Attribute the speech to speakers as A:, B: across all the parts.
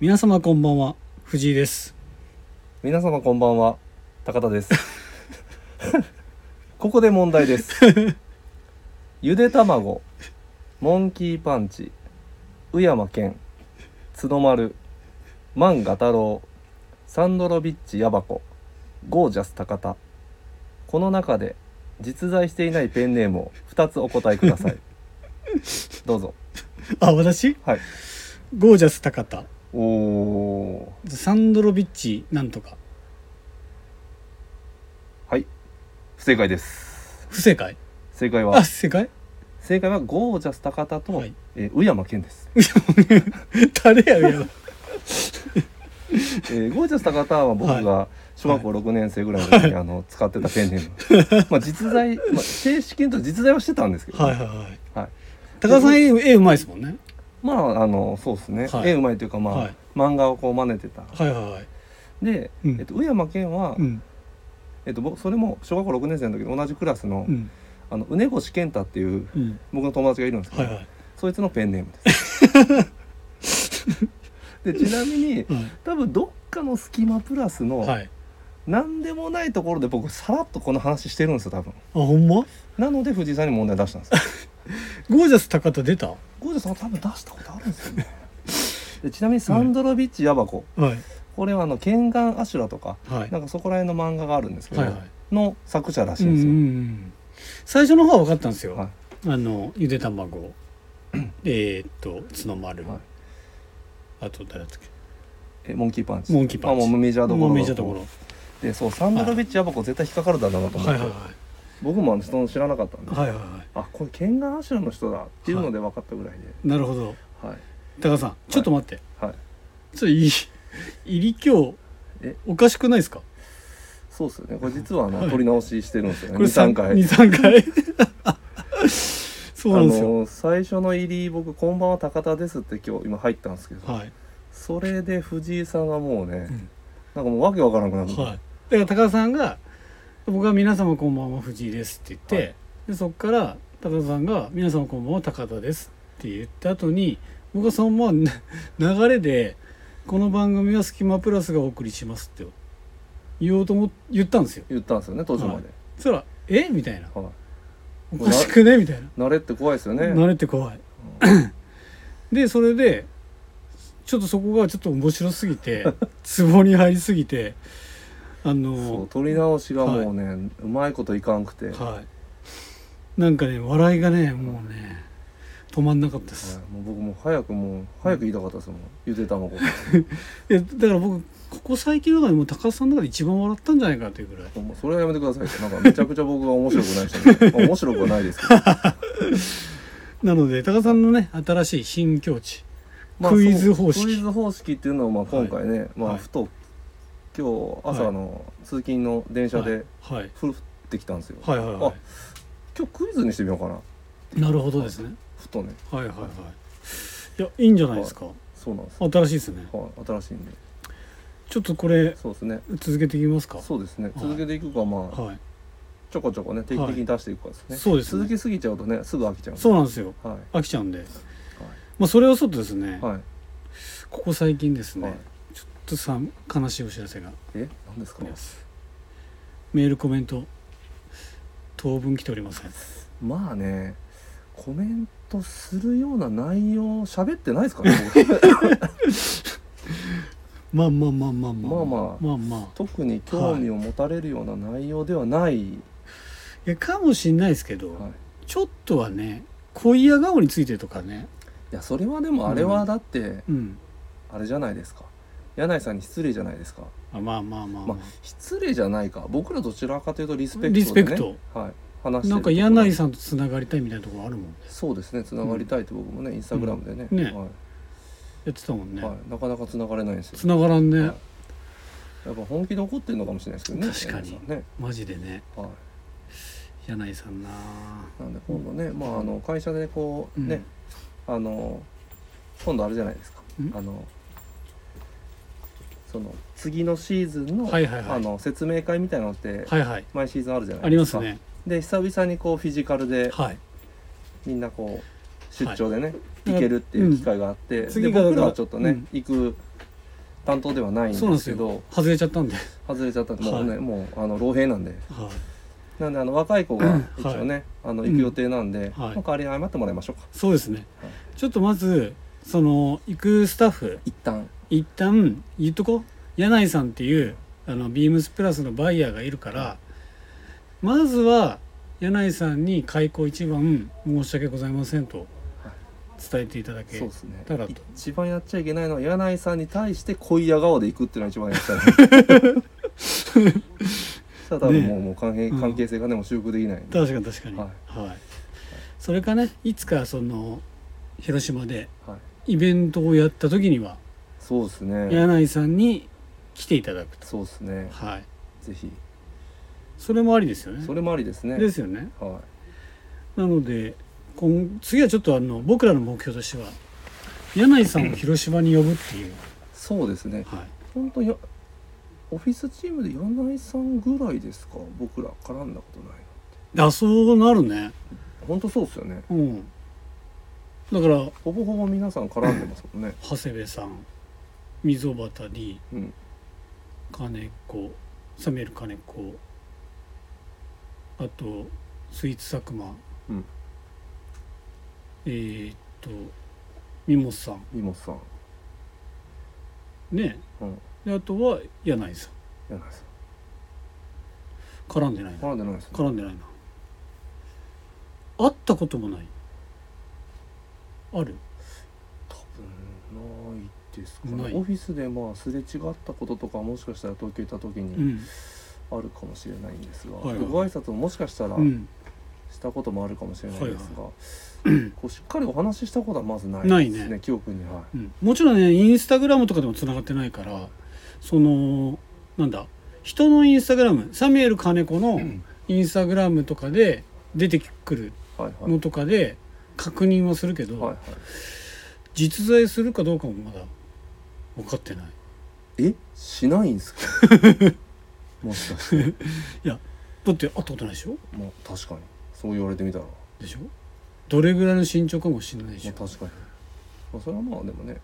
A: 皆様こんばんは藤井です
B: 皆様こんばんは高田です ここで問題ですゆで卵モンキーパンチ宇山健角丸万賀太郎サンドロビッチヤバコゴージャス高田この中で実在していないペンネームを2つお答えくださいどうぞ
A: あ私
B: はい
A: ゴージャス高田
B: おお
A: サンドロビッチなんとか
B: はい不正解です
A: 不正解
B: 正解は
A: あ正解
B: 正解はゴージャス高田と、
A: はい
B: えー宇山 健です、
A: 誰やるや ろ
B: えーゴージャス高田は僕が小学校6年生ぐらいの時に、あの使ってたペンネー ムまあ実在、まあ、正式に言うと実在はしてたんですけど、
A: はいはいはい
B: はい
A: 高田さん絵絵うまいですもんね
B: まああのそうですね、
A: はい
B: 絵うまいというかまあ、
A: はい
B: 漫画をこう真似てた
A: はいはいはい
B: で、
A: うん
B: えっと、宇山健は、
A: うん
B: えっと、僕それも小学校6年生の時に同じクラスの,、
A: うん
B: あの宇根越健太っていう
A: うん
B: 僕の友達がいるんですけど、
A: はいはい
B: そいつのペンネームです。 でちなみに多分どっかの隙間プラスの、
A: はいはい
B: なんでもないところで僕さらっとこの話してるんですよ多分
A: あほんま
B: なので藤井さんに問題出したんです よ
A: ゴージャス高田出たは
B: ゴージャスさん多分出したことあるんですよねでちなみにサンドロビッチヤバコ、
A: いはい
B: これはあの「ケンガンアシュラ」とか
A: はい
B: なんかそこら辺の漫画があるんですけど、
A: はい
B: の作者らし
A: う
B: い
A: んうんん
B: で
A: う
B: す
A: ん
B: よ、
A: 最初の方は分かったんですよ、
B: はい
A: あのゆで卵えーっと角丸、
B: はい
A: あと誰だったっけ
B: えモンキーパンチ
A: モンキーパンチ
B: まあ、もうメジャーどころ
A: も
B: の
A: うメジャーところ
B: でそうサンドロビッチヤバコ絶対引っかかるだろうなと思っ
A: は
B: て、
A: いはい
B: 僕もあのその知らなかったんで、
A: はいはいは
B: あこれケンガンアシュラの人だっていうので分かったぐらいで
A: いなるほど
B: はい
A: 高田さんちょっと待って、
B: はい
A: ちょっといい入り今日
B: え
A: おかしくないですか
B: そうですよ ねこれ実はあの撮り直ししてるんですよね
A: これ
B: 23回
A: 二三 回そうなんです
B: あ
A: よ、
B: の最初の入り僕「こんばんは高田です」って今日今入ったんですけど、
A: はい
B: それで藤井さんがもうね、
A: ん
B: なんかもうわけわからなくなって、
A: はい、だから高田さんが僕が「皆様こんばんは藤井です」って言って、
B: はい
A: でそこから高田さんが「皆様こんばんは高田です」って言った後に僕はそのまま な流れで「この番組はスキマプラスがお送りします」って言おうと思っ言ったんですよ
B: 言ったんですよね途中まで、
A: そしたら「えみたいな
B: はい
A: 「おかしくね?」みたいな
B: 慣れって怖いですよね
A: 慣れて怖いでそれでちょっとそこがちょっと面白すぎ てツボに入りすぎてあ
B: そ
A: の
B: う撮り直しがもうね、うまいこといかんくて、はい
A: はいなんかね笑いがねもうね止まんなかったです、
B: もう僕もう早くもう早く言いたかったですもんゆで卵
A: いやだから僕ここ最近の中でもう高田さんの中で一番笑ったんじゃないかというぐらい
B: もうそれはやめてくださいってなんかめちゃくちゃ僕が面白くない人にま あ面白くはないですけど、
A: なので高田さんのね新しい新境地
B: まあ
A: クイズ
B: そう
A: 方式
B: クイズ方式っていうのはまあ今回ね、ま
A: は
B: あ
A: い
B: ふと今日朝の通勤の電車で、
A: はい
B: 降ってきたんですよ、
A: はいはいは
B: 今日クイズにしてみようかな
A: あなるほどですね
B: ふとね
A: はいはいはいいやいいんじゃないですか
B: そうなんですよ、
A: 新しいですね
B: はい、新しいんで
A: ちょっとこれ
B: そうですね
A: 続けていきますか
B: そうですね
A: い
B: 続けていくかまあ
A: はい
B: ちょこちょこね定期的に出していくかですね、
A: そうですね
B: 続けすぎちゃうとねすぐ飽きちゃう
A: そうなんですよ
B: は
A: 飽きちゃうんで、まあ、それをそうとですね、
B: いはい、は
A: ここ最近です
B: い
A: ね、
B: はい、
A: ちょっとさ悲しいお知らせが
B: え何です
A: あ
B: か
A: りますメールコメント当分来ておりません
B: まあねコメントするような内容喋ってないですからね僕
A: まあまあまあまあまあ
B: まあまあ
A: まあまあ
B: 特に興味を持たれるような内容ではない、
A: いやかもしんないですけど、
B: はい、い
A: ちょっとはね恋や顔についてとかね
B: やそれはでもあれはだって、
A: うん
B: あれじゃないですか柳井さんに失礼じゃないですか
A: あまあまあまあ、ま
B: ま
A: あ
B: あ、失礼じゃないか僕らどちらかというとリスペクトで、ね、
A: リスペクト
B: はい話してる
A: なんか柳井さんとつながりたいみたいなところあるもんね
B: そうですねつながりたいって僕もね、インスタグラムでね,、
A: うんね
B: は
A: やってたもん
B: い
A: ね、
B: はい、なかなかつながれないんですよ
A: つながらんね、
B: はいやっぱ本気で怒ってるのかもしれないですけどね
A: 確かに
B: 柳井さんね、
A: マジでね
B: は
A: 柳井さんなあ
B: い、なんで今度ね、まああの会社でこうね、あの今度あれじゃないですか、
A: うん
B: あのその次のシーズンの,、
A: はいはいはい
B: あの説明会みたいなのって
A: はいはい
B: 毎シーズンあるじゃな
A: あ
B: い
A: り
B: で
A: ますす
B: か、
A: ね
B: で久々にこうフィジカルで
A: はい
B: みんなこう出張でね、行けるって
A: う
B: い
A: ん
B: う機会があって、
A: 次
B: で
A: から
B: 僕らはちょっとね、
A: うん
B: 行く担当ではないん
A: そうなんで
B: で
A: すす
B: けど
A: よ外れちゃったんで、
B: 外れちゃったんでもうね、
A: はい
B: もうあの老兵なんで
A: は
B: なんであの若い子が一応ね、あの行く予定なんで、
A: はい
B: まあ代わりに謝ってもらいましょうか
A: い、そうですね、
B: はい
A: ちょっとまずその行くスタッフ
B: 一旦
A: 一旦言っとこう柳井さんっていうあのビームスプラスのバイヤーがいるからまずは柳井さんに開口一番申し訳ございませんと伝えていただけ
B: そうですね
A: ただと
B: 一番やっちゃいけないのは柳井さんに対して恋や顔で行くっていうのが一番やっちゃ い けないただ
A: ねえ
B: もうもう関係
A: うん
B: 関係性がね、もう修復できないんで、
A: 確かに確かに、は
B: はい
A: それかねいつかその広島で
B: はい、
A: イベントをやった時には
B: そうですね
A: 柳井さんに来ていただくと、
B: そうですね
A: はい、
B: ぜひ
A: それもありですよね
B: それもありですね
A: ですよね
B: は
A: なので今次はちょっとあの僕らの目標としては柳井さんを広島に呼ぶっていう、
B: いそうですね
A: はい、
B: 本当やオフィスチームで柳井さんぐらいですか僕ら絡んだことない
A: あそうなるね
B: 本当そうですよね
A: うんだから
B: ほぼほぼ皆さん絡んでます もんね
A: 長谷部さん溝端 D
B: うん
A: 金子サミュエル金子あとスイーツ佐久間、
B: うん
A: えーっと三本さん
B: 三本さん
A: ね
B: うん
A: であとは柳井さん
B: 柳井さ
A: 絡んでないなん
B: 絡んでないですね
A: 絡んでないな会ったこともないある
B: 多分ないですか
A: ない
B: ねオフィスでまあすれ違ったこととかもしかしたら東京行った時
A: う
B: に
A: ん
B: あるかもしれないんですが、
A: はいはい
B: でご挨拶ももしかしたら
A: うん
B: したこともあるかもしれないですが、こうしっかりお話ししたことはまずない
A: ない
B: ですね
A: ね
B: 記憶には
A: うんもちろんねインスタグラムとかでもつながってないからそのなんだ人のインスタグラムサミュエル金子のインスタグラムとかで出てくる
B: いはいはい
A: のとかで確認はするけど、
B: はいはい
A: 実在するかどうかもまだ分かってない
B: えしないんですか もしかして
A: だって会ったことないでしょ
B: まあ確かにそう言われてみたら、ま
A: でしょどれぐらいの身長かもしれないでし
B: あ、
A: ょ
B: 確かに、まあ、それはまあでもね、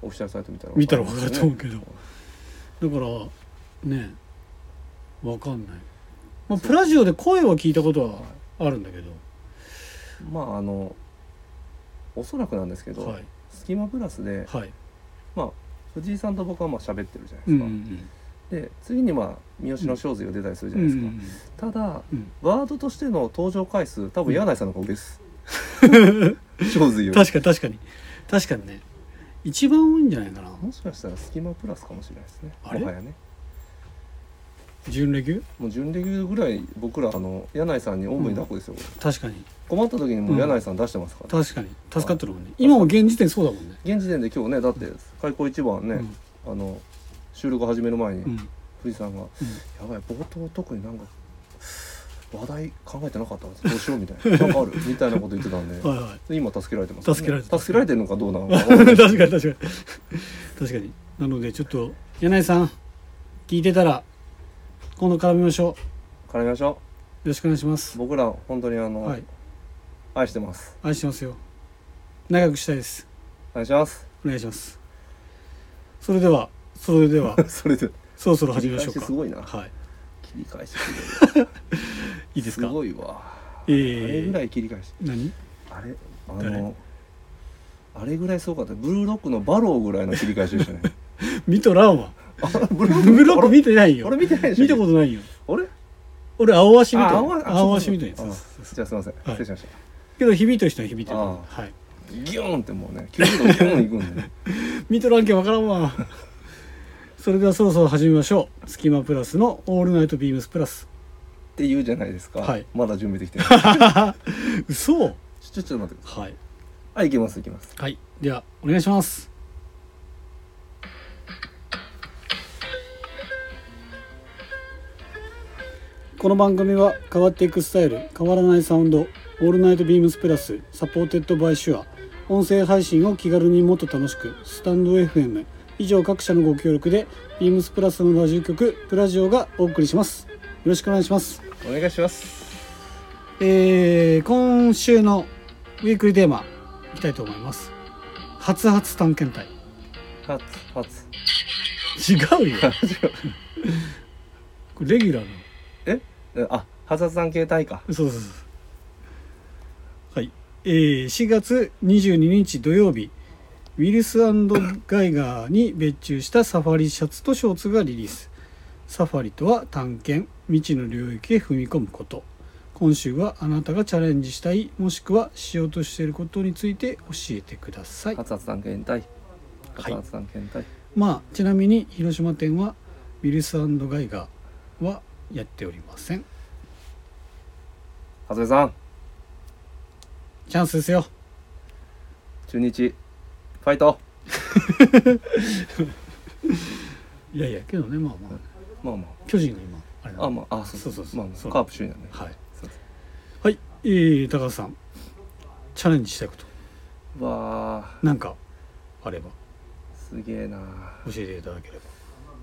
B: オフィシャルサイト見たら
A: 見たら分かると思う
B: け
A: けどだからね分かんない、まあ、プラジオで声は聞いたことはあるんだけど、
B: まああのおそらくなんですけど、
A: はい
B: スキマプラスで
A: はい
B: 藤井さんと僕はまあ喋ってるじゃないうで
A: んう
B: すか、
A: ん
B: で次にまあ三好の正髄が出たりするじ
A: う
B: ゃ
A: ん
B: な
A: う
B: い
A: ん
B: ですか、ただ
A: うん
B: ワードとしての登場回数多分柳井さんの方が多 いです、正髄
A: う
B: よ
A: ん
B: り
A: 確かに確かに確かにね一番多いんじゃないかな
B: もしかしたらスキマプラスかもしれないですね
A: あれ
B: もはやね
A: 準レギュ
B: もう準レギュぐらい僕らあの柳井さんにおんぶに抱っこですよ、
A: 確かに
B: 困った時にもう柳井さん出してますから、
A: 確かに助かってるもんね今も現時点そうだもんね
B: 現時点で今日ねだって開口一番ね、あの収録始める前に、
A: うん
B: 藤井さんが「やばい冒頭特になんか話題考えてなかったんですどうしよう」みたいな「なんかある」みたいなこと言ってたんで
A: うん、はいはい
B: で今助けられてますよね、
A: 助けられてます
B: 助けられてるのかどうなのか
A: 確かに 確かに確かになのでちょっと柳井さん聞いてたら今度絡みましょうよ
B: 絡みましょ
A: ろしくお願いします
B: う僕ら本当にあの、
A: はい
B: 愛してます
A: 愛してますよ長くしたいです
B: お願いします
A: お願いしますそれではそれで は
B: それで
A: そろそろ始めましょう
B: 切り返しす
A: か
B: ごいな
A: はい
B: 切り返しす
A: いいです
B: ごい
A: か
B: すごいわ、
A: え
B: あれぐ
A: ー、
B: らい切り返し
A: 何
B: あれあ
A: 誰
B: のあれぐらいすごかったブルーロックのバローぐらいの切り返しでしたね
A: 見とらん わ
B: あブル
A: ブルーロック見
B: て
A: てない
B: あ
A: よ
B: れ見てないでしょ
A: 見たことないよ
B: あれ
A: 俺青足見た
B: あ
A: よ
B: あ
A: 青足見たやつ
B: あじゃあすいません、失礼しました
A: けど響いてる人は響いてる
B: あ
A: はい
B: ギューンってもうね90度ギューンいくんでね
A: 見とらんけわからんわそれではそろそろ始めましょう「スキマプラス」の「オールナイトビームスプラス
B: って言うじゃないですか、
A: はい
B: まだ準備でき てない」
A: 嘘
B: ちょちょっと待ってくださ
A: はい、
B: いはい行きます行きます
A: はい、ではお願いしますこの番組は変わっていくスタイル変わらないサウンド「オールナイトビームスプラス」サポーテッドバイシュア音声配信を気軽にもっと楽しくスタンド FM 以上各社のご協力でビームスプラスのラジオ局プラジオがお送りしますよろしくお願いします
B: お願いします
A: えー今週のウィークリーテーマいきたいと思います。初初探検隊。
B: 初初
A: 違うよこれレギュラーの
B: あハザさん携帯か
A: そうそうそうはい、えー、4月22日土曜日ウィルスガイガーに別注したサファリシャツとショーツがリリースサファリとは探検未知の領域へ踏み込むこと今週はあなたがチャレンジしたいもしくはしようとしていることについて教えてください
B: ハザさん携帯ハザさん携帯
A: まあちなみに広島店はウィルスガイガーはやっておりません
B: ハザさん
A: チャンスですよ
B: 中日ファイト
A: いやいやけどねまあまあ
B: まあま
A: 巨人が今あれなん
B: あ
A: で
B: あまああそう
A: そうそうそう
B: まあ
A: そう
B: カープ首位なんで
A: はい
B: そうそ
A: はいえー、高田さんチャレンジしたいこと
B: ううわあ
A: なんかあれば
B: すげえなあ
A: 教えていただければ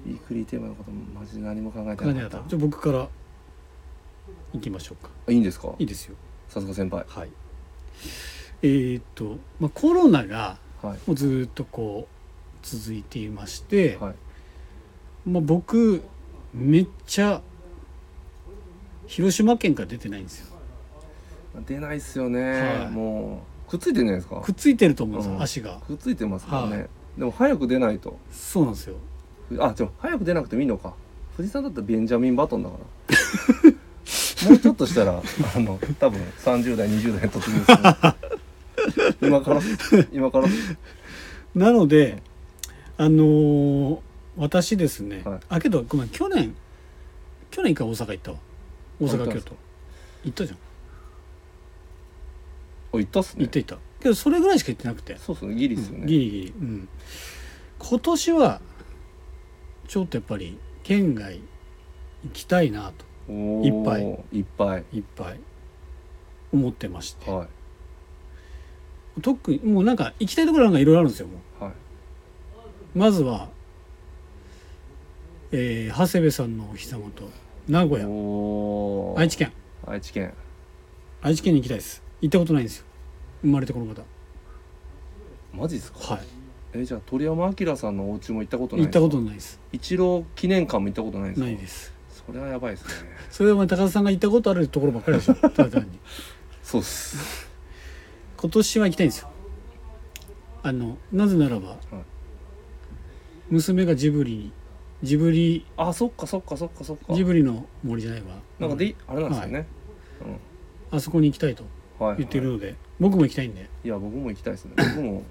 B: いいクリテーマのことマジで何も考えて
A: 何
B: な
A: や
B: か
A: っ
B: った
A: たじゃあ僕から行きましょうか
B: あいいんですか
A: いいですよ
B: さすが先輩
A: はいえー、っと、まあ、コロナが
B: はい
A: もうずーっとこう続いていまして、
B: はい
A: まあ、僕めっちゃ広島県から出てないんですよ
B: 出ないっすよね、
A: はい
B: もうくっついてんじゃないですか
A: くっついてると思うんですよ、
B: うん
A: 足が
B: くっついてますからね、
A: は
B: でも早く出ないと
A: そうなんですよ
B: あじゃ早く出なくてもいいのか藤井さんだったらベンジャミン・バトンだから もうちょっとしたらあの多分30代20代に突入する今から今から
A: なのであのー私ですね、
B: はい
A: あけどごめん去年去年一回大阪行ったわ大
B: あ行った
A: 阪
B: んで
A: 京
B: す
A: 都行ったじゃん
B: おいったっすね
A: 行って行ったけどそれぐらいしか行ってなくて
B: そうっすねギリっすよね、
A: ギリギリうん今年はちょっとやっぱり県外行きたいなと
B: お
A: いっぱ
B: いいっぱい
A: いっぱい思ってまして、
B: は
A: 特にもうなんか行きたいところなんかいろいろあるんですよも
B: いはいう
A: まずは、えー長谷部さんのお膝元名古屋
B: おー
A: 愛知県
B: 愛知県
A: 愛知県に行きたいです行ったことないんですよ生まれてこの方
B: マジっすか
A: はい
B: えじゃあ鳥山明さんのお家も行ったことな
A: 行
B: いん
A: っ
B: です
A: た
B: か
A: ことないです
B: 一郎記念館も行ったことないんですか
A: ないです
B: それはやばいですね
A: それはお前高田さんが行ったことあるところばっかりでしょただ単に
B: そうっす
A: 今年は行きたいんですよあのなぜならば、娘がジブリにジブリ
B: あそっかそっかそっかそっか
A: ジブリの森じゃないわ
B: なんかであれなんですよね、うん
A: あそこに行きたいと
B: はいはい
A: 言ってるので、僕も行きたいんで
B: いや僕も行きた いですね僕も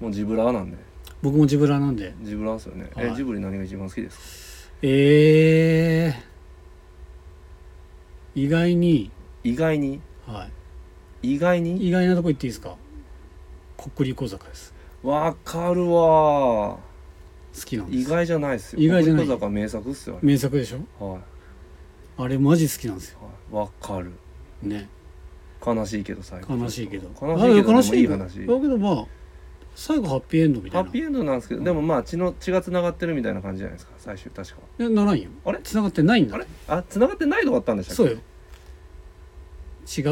B: もうジブラーなんで
A: 僕もジブラなんで
B: ジブラーですよね、
A: は
B: え
A: い
B: ジブリ何が一番好きですか
A: えー、意外に、
B: 意外に
A: は
B: 意外に
A: い、意外なとこ行っていいですか国立小坂です
B: わかるわー
A: 好きなんで
B: 意
A: す
B: 外じゃないですよ
A: 意外じゃない
B: 小坂名作っすよね
A: 名作でしょ
B: はいは
A: あれマジ好きなんですよ
B: いわかる
A: ね
B: 悲しいけど最後
A: 悲しいけど
B: 悲しいけど
A: あ
B: 悲
A: 悲
B: し
A: しい
B: いい
A: よだ
B: 話
A: けどまあ最後ハッピーエンドみた
B: ハ
A: い
B: ッ
A: な
B: ピーエンドなんですけどでもまあ血の血がつながってるみたいな感じじゃないですか最終確か
A: えならんよ
B: あれ
A: 繋がってないんだ
B: あれあつながってないとこあったんでしたっけ
A: そうよ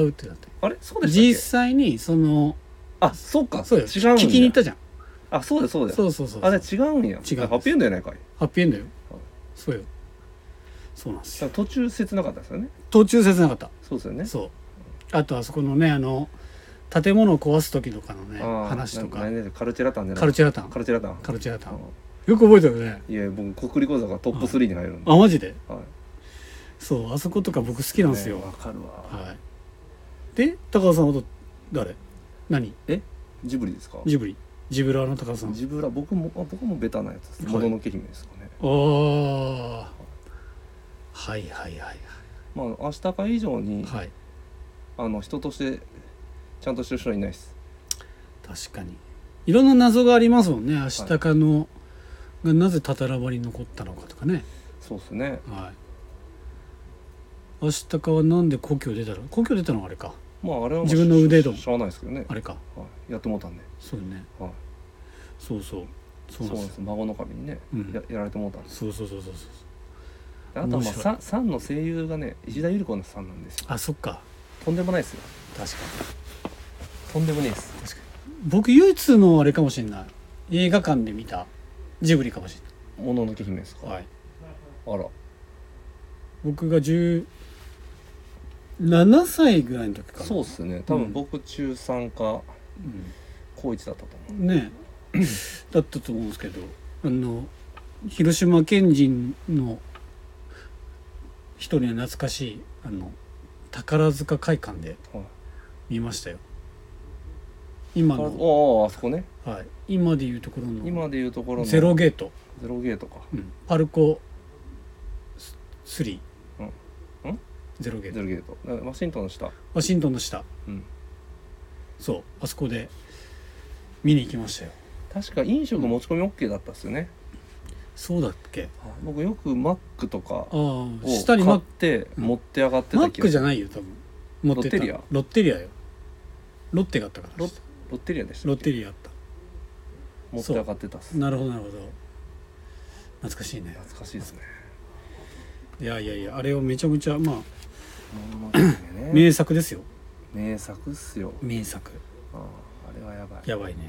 A: 違うってなって
B: あれそうで
A: 実
B: したっ
A: 際にその
B: けあそっか
A: そうよ
B: 違うんだ
A: 聞きに行ったじゃん
B: あそうだそうだ
A: そうそうそう
B: あれ違うんや
A: 違う
B: ハッピーエンドやないかい
A: ハッピーエンドよ
B: はい
A: そうよそうなんです
B: だ
A: よ
B: から途中切なかったですよね
A: 途中切なかった
B: そうですよね
A: そうあとあそこのねあの建物を壊す時とかのね
B: あー
A: 話と
B: な
A: か
B: 何々カルチェラタンじゃない
A: カルチェラタン
B: カルチェラタン
A: カルチェラタン
B: う
A: よく覚えてるね
B: んいや僕国立講座がトップ3に入るんで、
A: あマジで
B: はい、
A: そうあそことか僕好きなんですよ
B: ねわかるわ
A: はいで高田さんはど誰何
B: ジブリですか
A: ジブリジブラーの高田さん
B: ジブラ僕もあ僕もベタなやつです
A: はい
B: もののけ姫ですかね
A: おーはいはいはい
B: まあ明日か以上に、
A: はい
B: あの人としてちゃんとしてる人はいないです
A: 確かにいろんな謎がありますもんねアシタカの、がなぜたたらばに残ったのかとかね
B: そうですね
A: はいアシタカはなんで故郷出たの故郷出たのはあれか
B: まああれはもう
A: 自分の腕と
B: しししゃあないですけどね、
A: あれか
B: はい、やってもうたんで、
A: そうね
B: はい、
A: そうそうそ
B: そ
A: う
B: うな
A: なんん
B: で
A: ですすよ
B: 孫の神にね、
A: うん
B: ややられてもうたんです
A: そうそうそうそうそう
B: であと
A: 面
B: はまあ
A: 白い
B: ささんの声優がね石田ゆり子さんなんですよ
A: あそっか
B: とんでもないですよ
A: 確か
B: とんでもないです
A: に僕唯一のあれかもしれない映画館で見たジブリかもしれない
B: もののけ姫ですか
A: はい、
B: あら
A: 僕が17歳ぐらいの時かな
B: そうっすね多
A: う
B: 分
A: ん
B: 僕中3か
A: うん
B: 高1だったと思
A: ねだったと思うんですけどあの広島県人の人には懐かしいあの宝塚会館で
B: はい
A: 見ましたよ、今
B: う
A: の、
B: おああそこね
A: はい、今でいうところの
B: 今でいうところの
A: ゼロゲート、
B: ゼロゲートか
A: うん、パルコス3、
B: うんん
A: ゼロゲー
B: ゼ
A: ト
B: ロゲートワシントンの下
A: ワシントンの下
B: うん
A: そうあそこで見に行きましたよ
B: 確か飲食持ち込み OK だったっすよね、
A: そうだっけ
B: 僕よくマックとかを
A: ああ下に
B: 買
A: マ
B: って
A: うん
B: 持って上がって
A: マ
B: た
A: ックじゃ
B: ゃ
A: ないよ多分持ってた
B: ロッテリア
A: ロッテリアよロッテがあったから
B: ロッロッテリアでした
A: ロッ
B: っけ
A: テリアあった
B: 持って上がってたっす
A: なるほどなるほど懐かしいね
B: 懐かしいですね
A: いやいやいやあれをめちゃめちゃまあ
B: もののけ姫ね
A: 名作ですよ
B: 名作っすよ
A: 名作
B: あああれはやばい
A: やばいね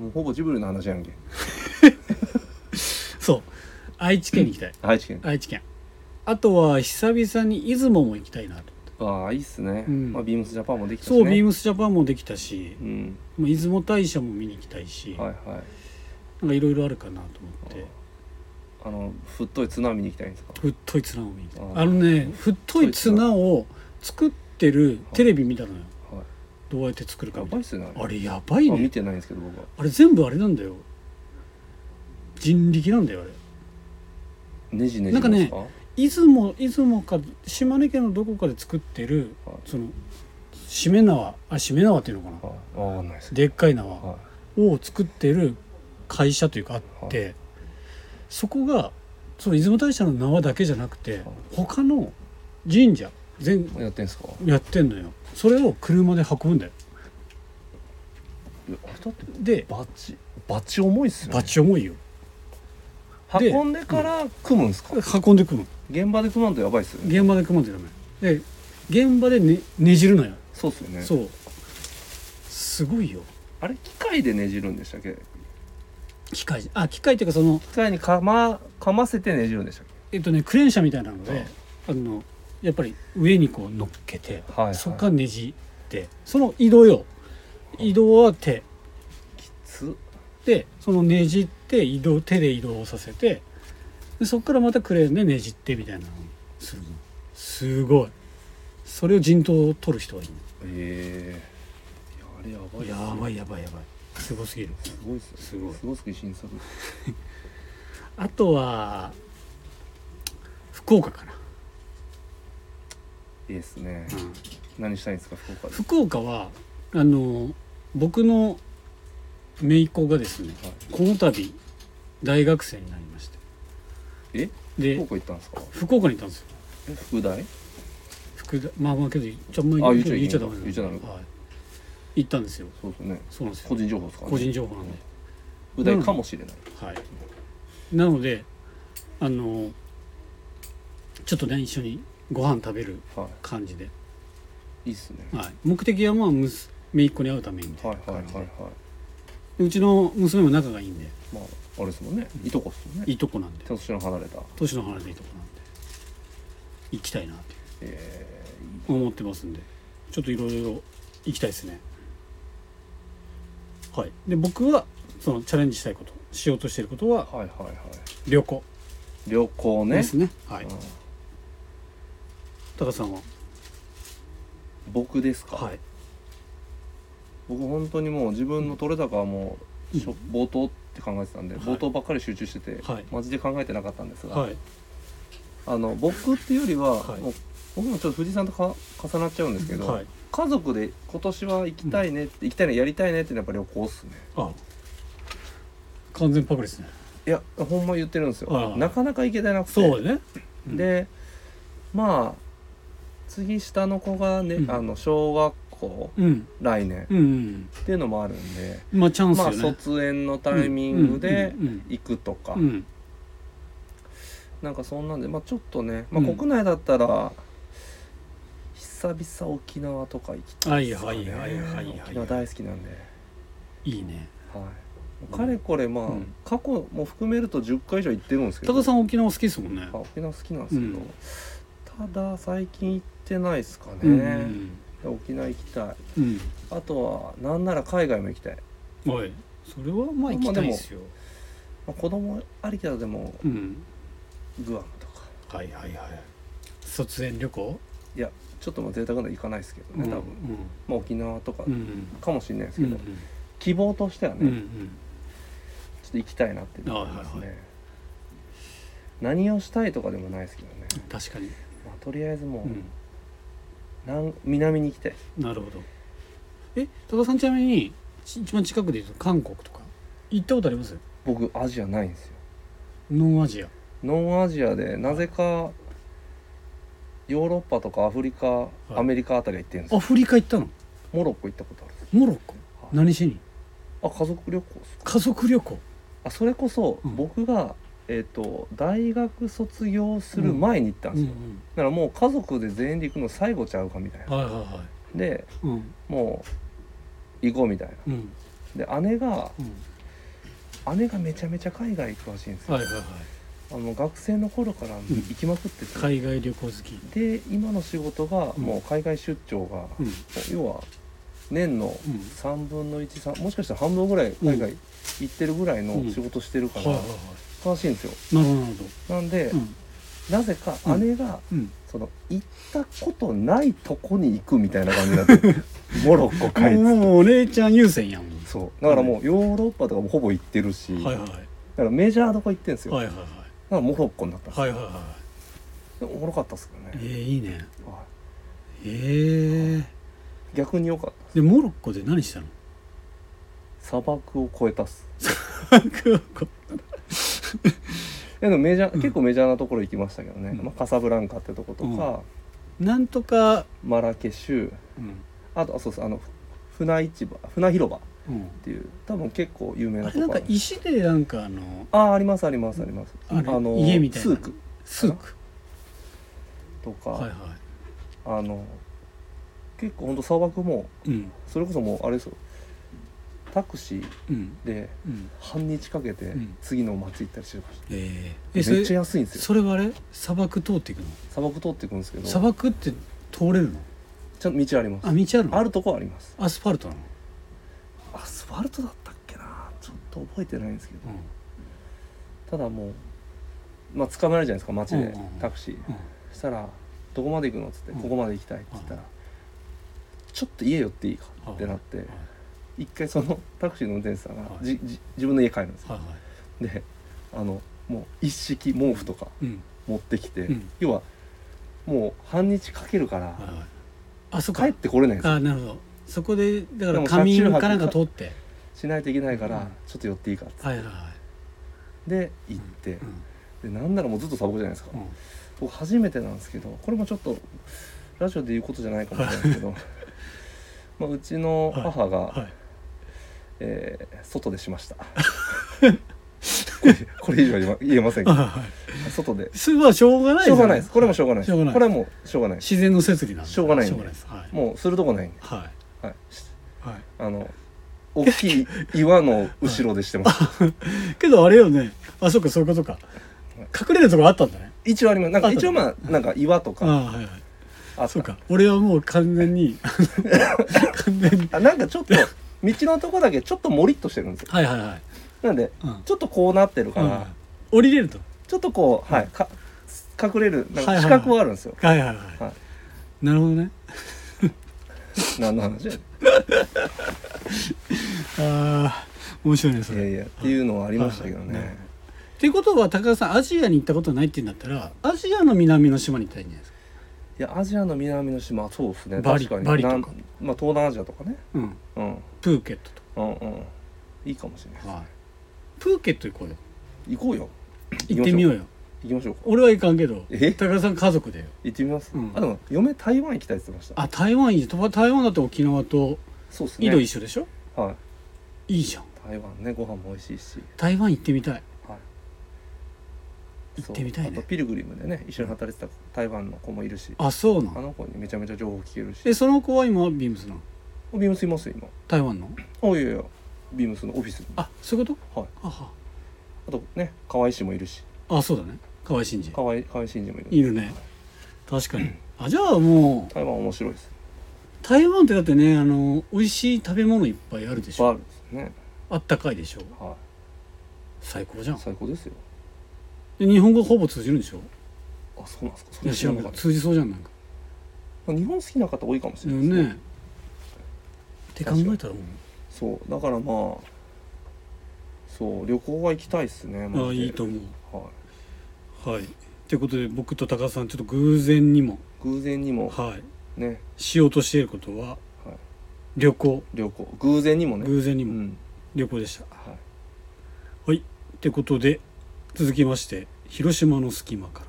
B: もうほぼジブリの話やんけ
A: そう愛知県に行きたい
B: 愛知県
A: 愛知県あとは久々に出雲も行きたいなと
B: ああいいっすね、
A: うん
B: まあ、ビームスジャパンもできたし、ね、
A: そうビームスジャパンもできたし
B: うん
A: もう出雲大社も見に行きたいし、
B: はいはい
A: なんかいろいろあるかなと思って
B: あの太い綱見に行きたいんですか
A: 太い綱を見に行きたい
B: あ
A: あのね太い綱を作ってるテレビ見たのよ
B: はい
A: どうやって作るか
B: や
A: み
B: ば
A: た
B: い
A: い
B: っすよねあ
A: な
B: れ
A: あれやばい
B: あ見
A: ね
B: てないんですけど僕は
A: あれ全部あれなんだよ人力なんだよあれ
B: ねじねじ
A: なんかね
B: ですか
A: 出雲出雲か島根県のどこかで作ってる
B: はい
A: そのしめ縄あしめ縄っていうのかな
B: はいあわかんないです
A: でっかい縄
B: は
A: を作ってる会社というかあってそこがその出雲大社の縄だけじゃなくて他の神社全
B: いやってんすか
A: やってんのよそれを車で運ぶんだよ
B: いやあれだって
A: で
B: バチバチ重いっすよね
A: バチ重いよで
B: 運んでから組むんすか
A: 運んでくの
B: 現場で組まんとやばいっすよね
A: 現場で組まんでダメで現場でねねじるのよ、
B: そうっすよね
A: そうすごいよ
B: あれ機械でねじるんでしたっけ
A: 機械あ機械っていうかその
B: 機械にかまかませてねじるんでしたっけ
A: えっとねクレーン車みたいなのであのやっぱり上にこう乗っけて、
B: はいはい
A: そこからねじってその移動よ移動は手
B: つ
A: でそのねじって移動手で移動させてでそこからまたクレーンでねじってみたいなのをするのすごいそれを陣頭を取る人がいる
B: ええあれやばいっすよ
A: やばいやばいやばいすごすぎる
B: すごいっす
A: す
B: よね
A: ごい
B: すごいっすけど新作
A: あとは福岡かな、
B: いいっすね
A: うん
B: 何したいんですか福岡で
A: 福岡はあの僕の姪っ子がですね
B: はい
A: この度大学生になりまして
B: え福
A: で
B: 岡行ったんですか
A: 福岡に行ったんですよ
B: え副大
A: 福田まあまあけど言っちゃあんまり
B: あ言っちゃ
A: 言っちゃダメ
B: 言っちゃダメ
A: はい、行ったんですよ
B: そうですよね
A: そうなんですよ
B: 個人情報ですか、ね、
A: 個人情報なんで
B: 副大かもしれない、
A: はいなのであのちょっとね一緒にご飯食べる
B: は
A: 感じで、
B: いいいっすね
A: はい、目的はまあむす姪っ子に会うためにみたい
B: は
A: ない
B: はいはい
A: 感じで
B: はい
A: でうちの娘も仲がいいんで
B: まああれですもんねいとこっすもんね
A: いいとこなんで
B: 年の離れた
A: 年の離れたいいとこなんで行きたいなって
B: え
A: 思ってますんでちょっといろいろ行きたいですねはいで僕はそのチャレンジしたいことしようとしていることは
B: ー、はいはいはい
A: 旅行
B: 旅行ね
A: ですねはい
B: うん
A: 高田さんは
B: 僕ですか、
A: はい
B: 僕本当にもう自分の取れ高はもう、しょ
A: う
B: 冒頭って考えてたんで、
A: はい
B: 冒頭ばっかり集中してて、
A: はい
B: マジで考えてなかったんですが、
A: はい
B: あの僕っていうよりは、
A: はい
B: もう僕もちょっと藤井さんとか重なっちゃうんですけど、
A: はい
B: 家族で今年は行きたいねって、行きたいねやりたいねってやっぱ旅行っすね
A: あ完全パクリですね
B: いやほんま言ってるんです
A: あ
B: よ
A: あ
B: なかなか行けてなくて
A: そうねうん
B: でまあ次下の子がね、
A: うん
B: あの小学校
A: うん
B: 来年
A: うんうん
B: っていうのもあるんで、
A: まあチャンス
B: ま
A: よ
B: あ
A: ね、
B: 卒園のタイミングで
A: うん
B: 行くとか、
A: うんうん
B: なんかそんなんで、まあ、ちょっとね、まあ、
A: うん
B: 国内だったら、久々沖縄とか行きたい
A: はい
B: ですか
A: は
B: ね
A: いはいはいはい
B: 沖縄大好きなんで、
A: いいね
B: はかれこれまあ、
A: うん
B: 過去も含めると10回以上行ってるんですけ
A: 高
B: ど
A: 田さん沖縄好きですもんね
B: あ沖縄好きなんですけど、ただ最近行ってないですかね、
A: うん
B: 沖縄行きたい
A: うん
B: あとはなんなら海外も行きたい、
A: うんはいそれはまあ行きたいですよ
B: まあ、子供ありきだとでも
A: うん
B: グアムとか
A: はいはいはい卒園旅行
B: いやちょっとまあ贅沢なの行かないですけどね、多分、まあ、沖縄とか
A: うんうん
B: かもしれないです
A: うんう
B: け
A: ん
B: ど、希望としてはね、
A: うんう
B: ちょ
A: ん
B: っと行きたいなっていうのがありますね、
A: はいは
B: 何をしたいとかでもないですけどね、
A: 確かに
B: まあ、とりあえずもう、
A: うん
B: 南南に行きたい
A: なるほどえ高田さんちなみにち一番近くで言うと韓国とか行ったことあります
B: 僕アジアないんですよ
A: ノンアジア
B: ノンアジアでなぜかヨーロッパとかアフリカ、
A: い
B: アメリカあたりは行ってるんです
A: ア
B: よ
A: フリカ行ったの
B: モロッコ行ったことあるんです
A: モロッコ
B: はい
A: 何しに
B: あ家族旅行ですか
A: 家族旅行
B: あそれこそ
A: うん
B: 僕が、えっ、と大学卒業する前に行ったん
A: う
B: で
A: ん
B: すよ、だからもう家族で全員で行くの最後ちゃうかみたい
A: うん
B: な
A: はいはいは
B: で
A: いうん
B: もう行こうみたい
A: うん
B: なで姉が
A: うん
B: 姉がめちゃめちゃ海外行くらしいんですよ、
A: はいはいはい
B: あの学生の頃から行きまくってて、
A: 海外旅行好き
B: で今の仕事がもう海外出張が、
A: うん
B: 要は年の
A: うん
B: 3分の1、さんもしかしたら半分ぐらい海外行ってるぐらいの仕事してるか
A: はい
B: ら
A: はいは
B: 楽しいんですよ、
A: いなるほどなるほ
B: なんで、
A: どうん
B: なぜか姉が
A: うん
B: その行ったことないとこに行くみたいな感じになって モロッコ帰って
A: もうお姉ちゃん優先やん
B: そうだからもうヨーロッパとかもほぼ行ってるし、
A: はい
B: だ
A: はい
B: からメジャーどこ行ってるんですよ、
A: はいはいはい
B: だからモロッコになったんです、
A: はいはいは
B: でもおもろかったっすけ
A: い
B: ど
A: え
B: ね、
A: ー、いいね
B: は
A: えー、
B: い逆に良かった
A: でモロッコで何したの
B: 砂漠を越えたっす
A: は
B: でもメジャー、
A: うん
B: 結構メジャーなところ行きましたけどね、
A: うん
B: まあ、カサブランカってとことか、
A: なんとか
B: マラケシュ
A: うん、
B: あとあそうそうあのふ船市場船広場っ
A: うん、
B: ていう多分結構有名
A: あ
B: な
A: れ
B: と
A: なん
B: こあ
A: か
B: る
A: 石でなんかあの
B: あーありますありますあります
A: あれ家みたいな
B: スーク
A: スーク
B: とか、
A: はいは
B: あの結構ほんと砂漠も
A: いうん
B: それこそもうあれですよタクシー
A: うん
B: で
A: うん
B: 半日かけて
A: うん
B: 次の街行ったりしてまし
A: えー、え
B: た、
A: そ
B: めっちゃ
A: れ
B: 安いんですよ
A: それはあれ砂漠通っていくの
B: 砂漠通っていくんですけど
A: 砂漠って通れるの
B: ちゃんと道あります
A: あ道あるの
B: あるとこはあります
A: アスファルトなの、
B: アスファルトだったっけなちょっと覚えてないんですけど
A: うん
B: ただもうまあ捕まえるじゃないですか街
A: う
B: で
A: んうんうん
B: タクシー
A: うん、
B: そしたら「どこまで行くの?」っつって「
A: うん
B: ここまで行きたい」って言ったら「ちょっと家寄っていいか」ってなって
A: はい
B: 一回そのタクシーの運転手さんが
A: はい
B: じじ自分の家帰るんですよ
A: はいはい
B: であのもう一式毛布とか
A: うん
B: 持ってきて
A: うん
B: 要はもう半日かけるから
A: はいはいあそっか
B: 帰ってこれないんですよ
A: あなるほどそこでだか
B: で
A: ら
B: も
A: 仮眠
B: 車中泊
A: かなんか通って
B: しないといけないか
A: う
B: ら
A: ん
B: ちょっと寄っていいかっつっ
A: はいはいは
B: てで行って
A: い、うん
B: でなんならもうずっと砂漠じゃないですか
A: うん、
B: 僕初めてなんですけどこれもちょっとラジオで言うことじゃないかもしれないです けどまあうちの母が、
A: はい
B: えー外でしました これこれ以上は言わ言えませんけ
A: あ
B: ど
A: は
B: 外で
A: いそれはしょうがない
B: し
A: じ
B: ょ
A: ゃ
B: うがないですこれもしょうがないで
A: し
B: す
A: ょうがない
B: これはもうしょうがないです
A: 自然の摂理なんで
B: しょうがないん
A: し
B: で
A: ょうがないですはい
B: もうするとこないんで、
A: はい
B: はい、
A: はい
B: あの大きい岩の後ろでしてます、
A: けどあれよねあそうかそういうことか隠れるとこあったんだね
B: 一応ありますなんか
A: あと
B: 一応まあなんか岩と
A: あ
B: か
A: あはいはい
B: あった
A: そうか俺はもう完全に 完全に
B: あなんかちょっと道のとこだけちょっともりっとしてるんですよ
A: はいはいはい、
B: なんで
A: うん
B: ちょっとこうなってるか
A: う
B: ら、
A: ん、降りれると
B: ちょっとこう、はい、か隠れる、な
A: は
B: ん
A: い
B: か
A: はい
B: 資格はあるんですよ。
A: はいはいはい、
B: は
A: なるほどね
B: 何の話や
A: ああ面白いねそ
B: い
A: れ
B: やいや、っていうのはありましたけど
A: はいはい
B: ね。
A: っていうことは高田さんアジアに行ったことないって言うんだったらアジアの南の島に行ったらいいんじゃないですか
B: いや、アジアの南の島、そうですね。
A: バリ
B: 確かに。
A: バリとか
B: なんまあ、東南アジアとかね。
A: うん
B: うん。
A: プーケットと
B: うんうん。いいかもしれないで
A: か、プーケット行こうよ
B: す。行こうよ。
A: 行ってみようよ
B: 行きましょうか。
A: 俺は行かんけど
B: え
A: 高田さん家族だよ
B: 行ってみます
A: うん。
B: あ、でも、嫁台湾行きたいって言ってました。
A: あ台湾いいじゃん台湾だって沖縄と
B: そうですね。
A: 緯度一緒でしょ、
B: はい。
A: いいじゃん
B: 台湾ね、ご飯も美味しいし。
A: 台湾行ってみたい
B: はい。
A: 行ってみたいね
B: そうあと、ピルグリムでね、一緒に働いてた台湾の子もいるし。
A: あそうな
B: あ
A: の
B: の子にめちゃめちゃ情報聞けるし。
A: えその子は今ビームスなの
B: ビームスいますよ、今。
A: 台湾の
B: あ、いやいや。ビームスのオフィスにあ
A: あそういうこと
B: はい
A: あは
B: とね河合氏もいるし
A: あそうだね河合真司
B: 河合河合真司もいる
A: いるね確かにあじゃあもう
B: 台湾面白いです
A: 台湾ってだってねあの美味しい食べ物いっぱいあるでしょ
B: バールですね
A: あったかいでしょ
B: は
A: 最高じゃ
B: い
A: ん
B: 最高ですよ
A: で日本語ほぼ通じるんでしょ
B: あそうなんですかそ
A: いや
B: れ
A: 知
B: 知
A: ら
B: ら
A: ん
B: な
A: け
B: かっ
A: ど通じそうじゃんなんか
B: た日本好きな方多いかもし
A: う
B: れない
A: ん
B: ですね
A: ねって考えたらも
B: そうだからまあそう旅行は行きたいっすね
A: う
B: マ
A: あ
B: ジで
A: いいと思
B: は
A: うはいということで僕と高田さんちょっと偶然にも
B: い、偶然にも
A: はい
B: ね
A: しようとしていることは、
B: はい
A: 旅行
B: 旅行偶然にもね
A: 偶然に
B: う
A: も
B: ん
A: 旅行でした、
B: はい
A: ってことで続きまして広島の隙間から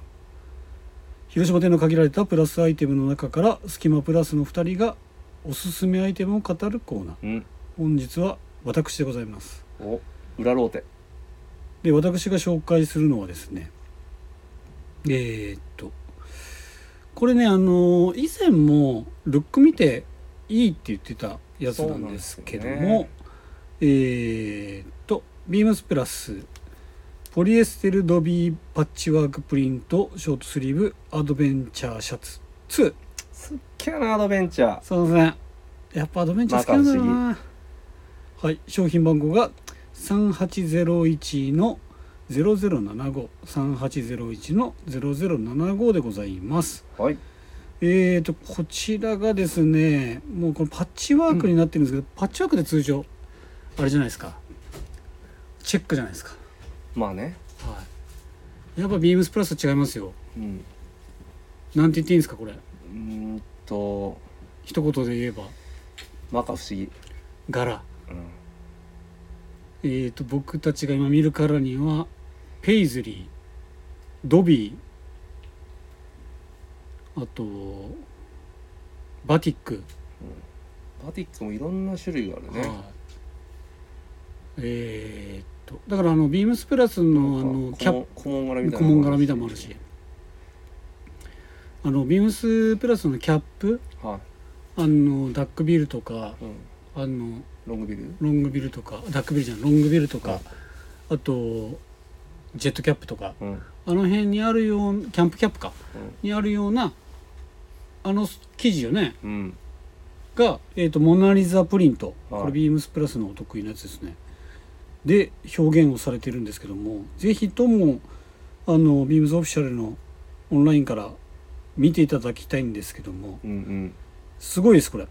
A: 広島での限られたプラスアイテムの中から隙間プラスの2人がおすすめアイテムを語るコーナー
B: うん
A: 本日は私でございます
B: お裏ローテ
A: で私が紹介するのはですねえーっとこれねあの以前もルック見ていいって言ってたやつなんですけども
B: そうなんですよね
A: えーっとビームスプラスポリエステルドビーパッチワークプリントショートスリーブアドベンチャーシャツ2
B: すっげえなアドベンチャー
A: すいませんやっぱアドベンチャー好きなんだよなはい商品番号が3801の00753801の0075でございます
B: はい
A: えーとこちらがですねもうこのパッチワークになってるんですけど、パッチワークで通常あれじゃないですかチェックじゃないですか
B: まあね
A: はいやっぱビームスプラスと違いますよ
B: うん
A: なんて言っていいんですかこれ
B: うーんと
A: 一言で言えば
B: まか不思議
A: 柄
B: うん
A: えー、と僕たちが今見るからにはペイズリードビーあとバティック、
B: バティックもいろんな種類があるね
A: はいえー、とだからあのビームスプラスのあ
B: なん
A: の
B: か
A: キャッ
B: 古文古文柄み
A: プ
B: たい
A: 顧
B: な
A: 問柄みたいなのもあるしあのビームスプラスのキャップ
B: は
A: あのダックビルとか
B: い、うん、
A: あの
B: ロングビル
A: ロングビルとかダックビルじゃないロングビルとか、
B: はい
A: あとジェットキャップとか
B: うんうん
A: あの辺にあるようキャンプキャップかにあるようなあの生地よね
B: うん
A: が、えー、とモナ・リザプリント、
B: はい
A: これビームスプラスのお得意なやつですねで表現をされてるんですけどもぜひともあのビームスオフィシャルのオンラインから見ていただきたいんですけども
B: うんうん
A: すごいですこれ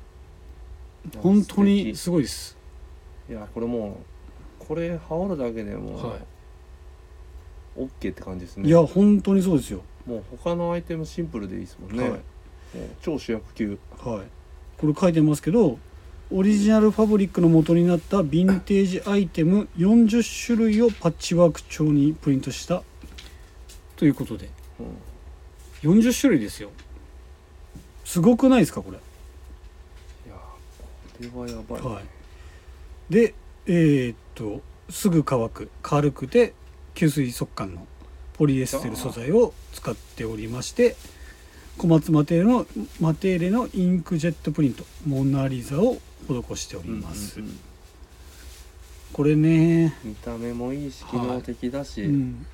A: 本当に
B: 素
A: すごいです、
B: 敵いやこれもうこれ羽織るだけでも
A: は
B: オッケーって感じです
A: い、
B: ね
A: いや本当にそうですよ
B: もう他のアイテムシンプルでいいですもんね、
A: はい
B: もう超主役級
A: はい、これ書いてますけどオリジナルファブリックの元になったヴィンテージアイテム40種類をパッチワーク調にプリントしたということで
B: うん
A: 40種類ですよすごくないですかこれ、
B: いやこれはやばい、
A: はい、でえーっとすぐ乾く軽くて吸水速乾のポリエステル素材を使っておりまして小松マテーレのマテーレのインクジェットプリントモナ・リザを施しており
B: うんうんうん
A: ます、これね、
B: 見た目もいいし機能的だし、
A: うん、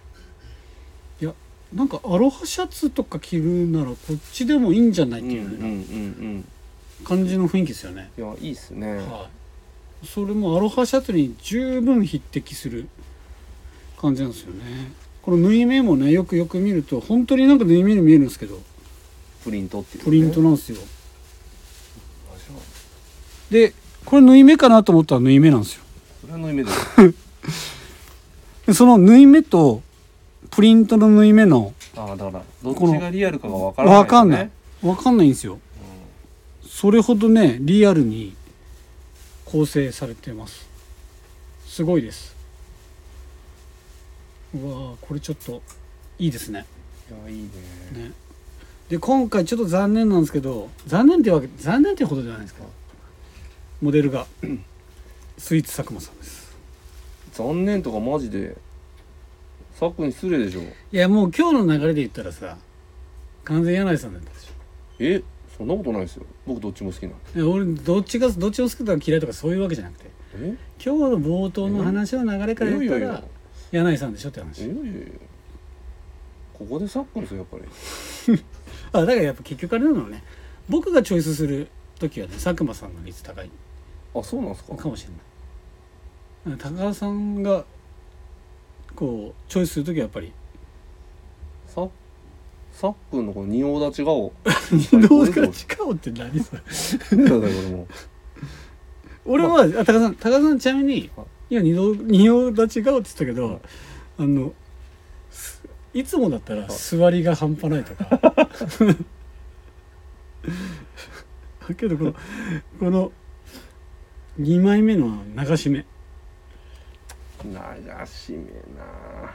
A: いやなんかアロハシャツとか着るならこっちでもいいんじゃないっ
B: う
A: て
B: んうん
A: い
B: うん
A: う
B: う
A: ね
B: ん
A: 感じの雰囲気ですよね、
B: いやいいっすね、
A: はいそれもアロハシャツに十分匹敵する感じなんですよねこの縫い目もねよくよく見ると本当になんか縫い目に見えるんですけど
B: プリントっていう、ね、
A: プリント
B: の
A: なんですよでこれ縫い目かなと思ったら縫い目なんですよ
B: それの夢です
A: でその縫い目とプリントの縫い目の
B: ああだからどっちがリアルかがわからない、ね、
A: わかんないわかんないんですよそれほどねリアルに構成されてますすごいですうわーこれちょっといいですね
B: いやいいね
A: ねで今回ちょっと残念なんですけど残念ってわけ残念ってほどじゃないですかモデル がスイーツ佐久間さんです
B: 残念とかマジでさっくんに失礼でしょ
A: いやもう今日の流れで言ったらさ完全に柳井さんだったでし
B: えそんなことないですよ僕どっちも好きなんで
A: ょいや俺どっちがどっちを好きとか嫌いとかそういうわけじゃなくて
B: え
A: 今日の冒頭の話の流れから
B: い
A: 言
B: や
A: った
B: いやい
A: ら
B: や
A: 柳井さんでしょって
B: いや
A: 話
B: いやいやここでサックンですよやっぱり
A: あだからやっぱ結局あれなのね僕がチョイスする時はね佐久間さんの率高い
B: あそうなんですか
A: かもしれない高田さんがこうチョイスする時はやっぱり
B: ささっくんのこの仁王立ち 顔
A: 「どう
B: 最高
A: か
B: ですよ
A: 近うって何それ
B: なんだこれも
A: 俺は、あ、高田さん高田さんちなみに
B: はい
A: 今二度二度立ち顔って言ったけど、
B: はい
A: あのすいつもだったら
B: い
A: 座りが半端ない とかけどこのこの2枚目の流し目
B: 流し目な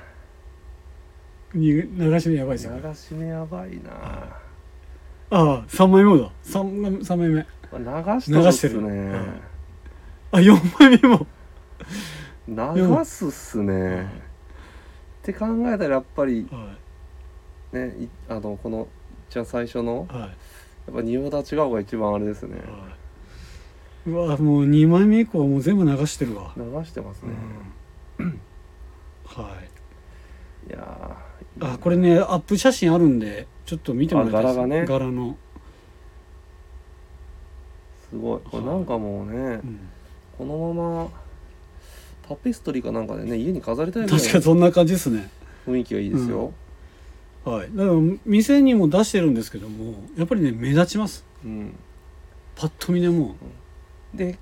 A: に流し目やばいですよ
B: 流し目やばいな
A: ああ3枚目もだ 3, 三枚目
B: まあ流してます
A: 流
B: ね
A: あ四4枚目も
B: 流すっすねって考えたらやっぱり
A: は
B: ねいあのこのじゃあ最初の
A: いはい
B: やっぱ仁王立ち顔が一番あれですね
A: はいうわもう2枚目以降はもう全部流してるわ、
B: 流してます
A: うん
B: ね
A: はい
B: いやー
A: あこれねアップ写真あるんでちょっと見てもらいたいです
B: あ柄がね
A: 柄の、
B: すごいこれなんかもうね
A: うん
B: このままタペストリーかなんかでね家に飾りたいぐらい
A: 確かにそんな感じですね
B: 雰囲気がいいですよ、
A: はいだから店にも出してるんですけどもやっぱりね目立ちます
B: うん、
A: パッと見でも
B: で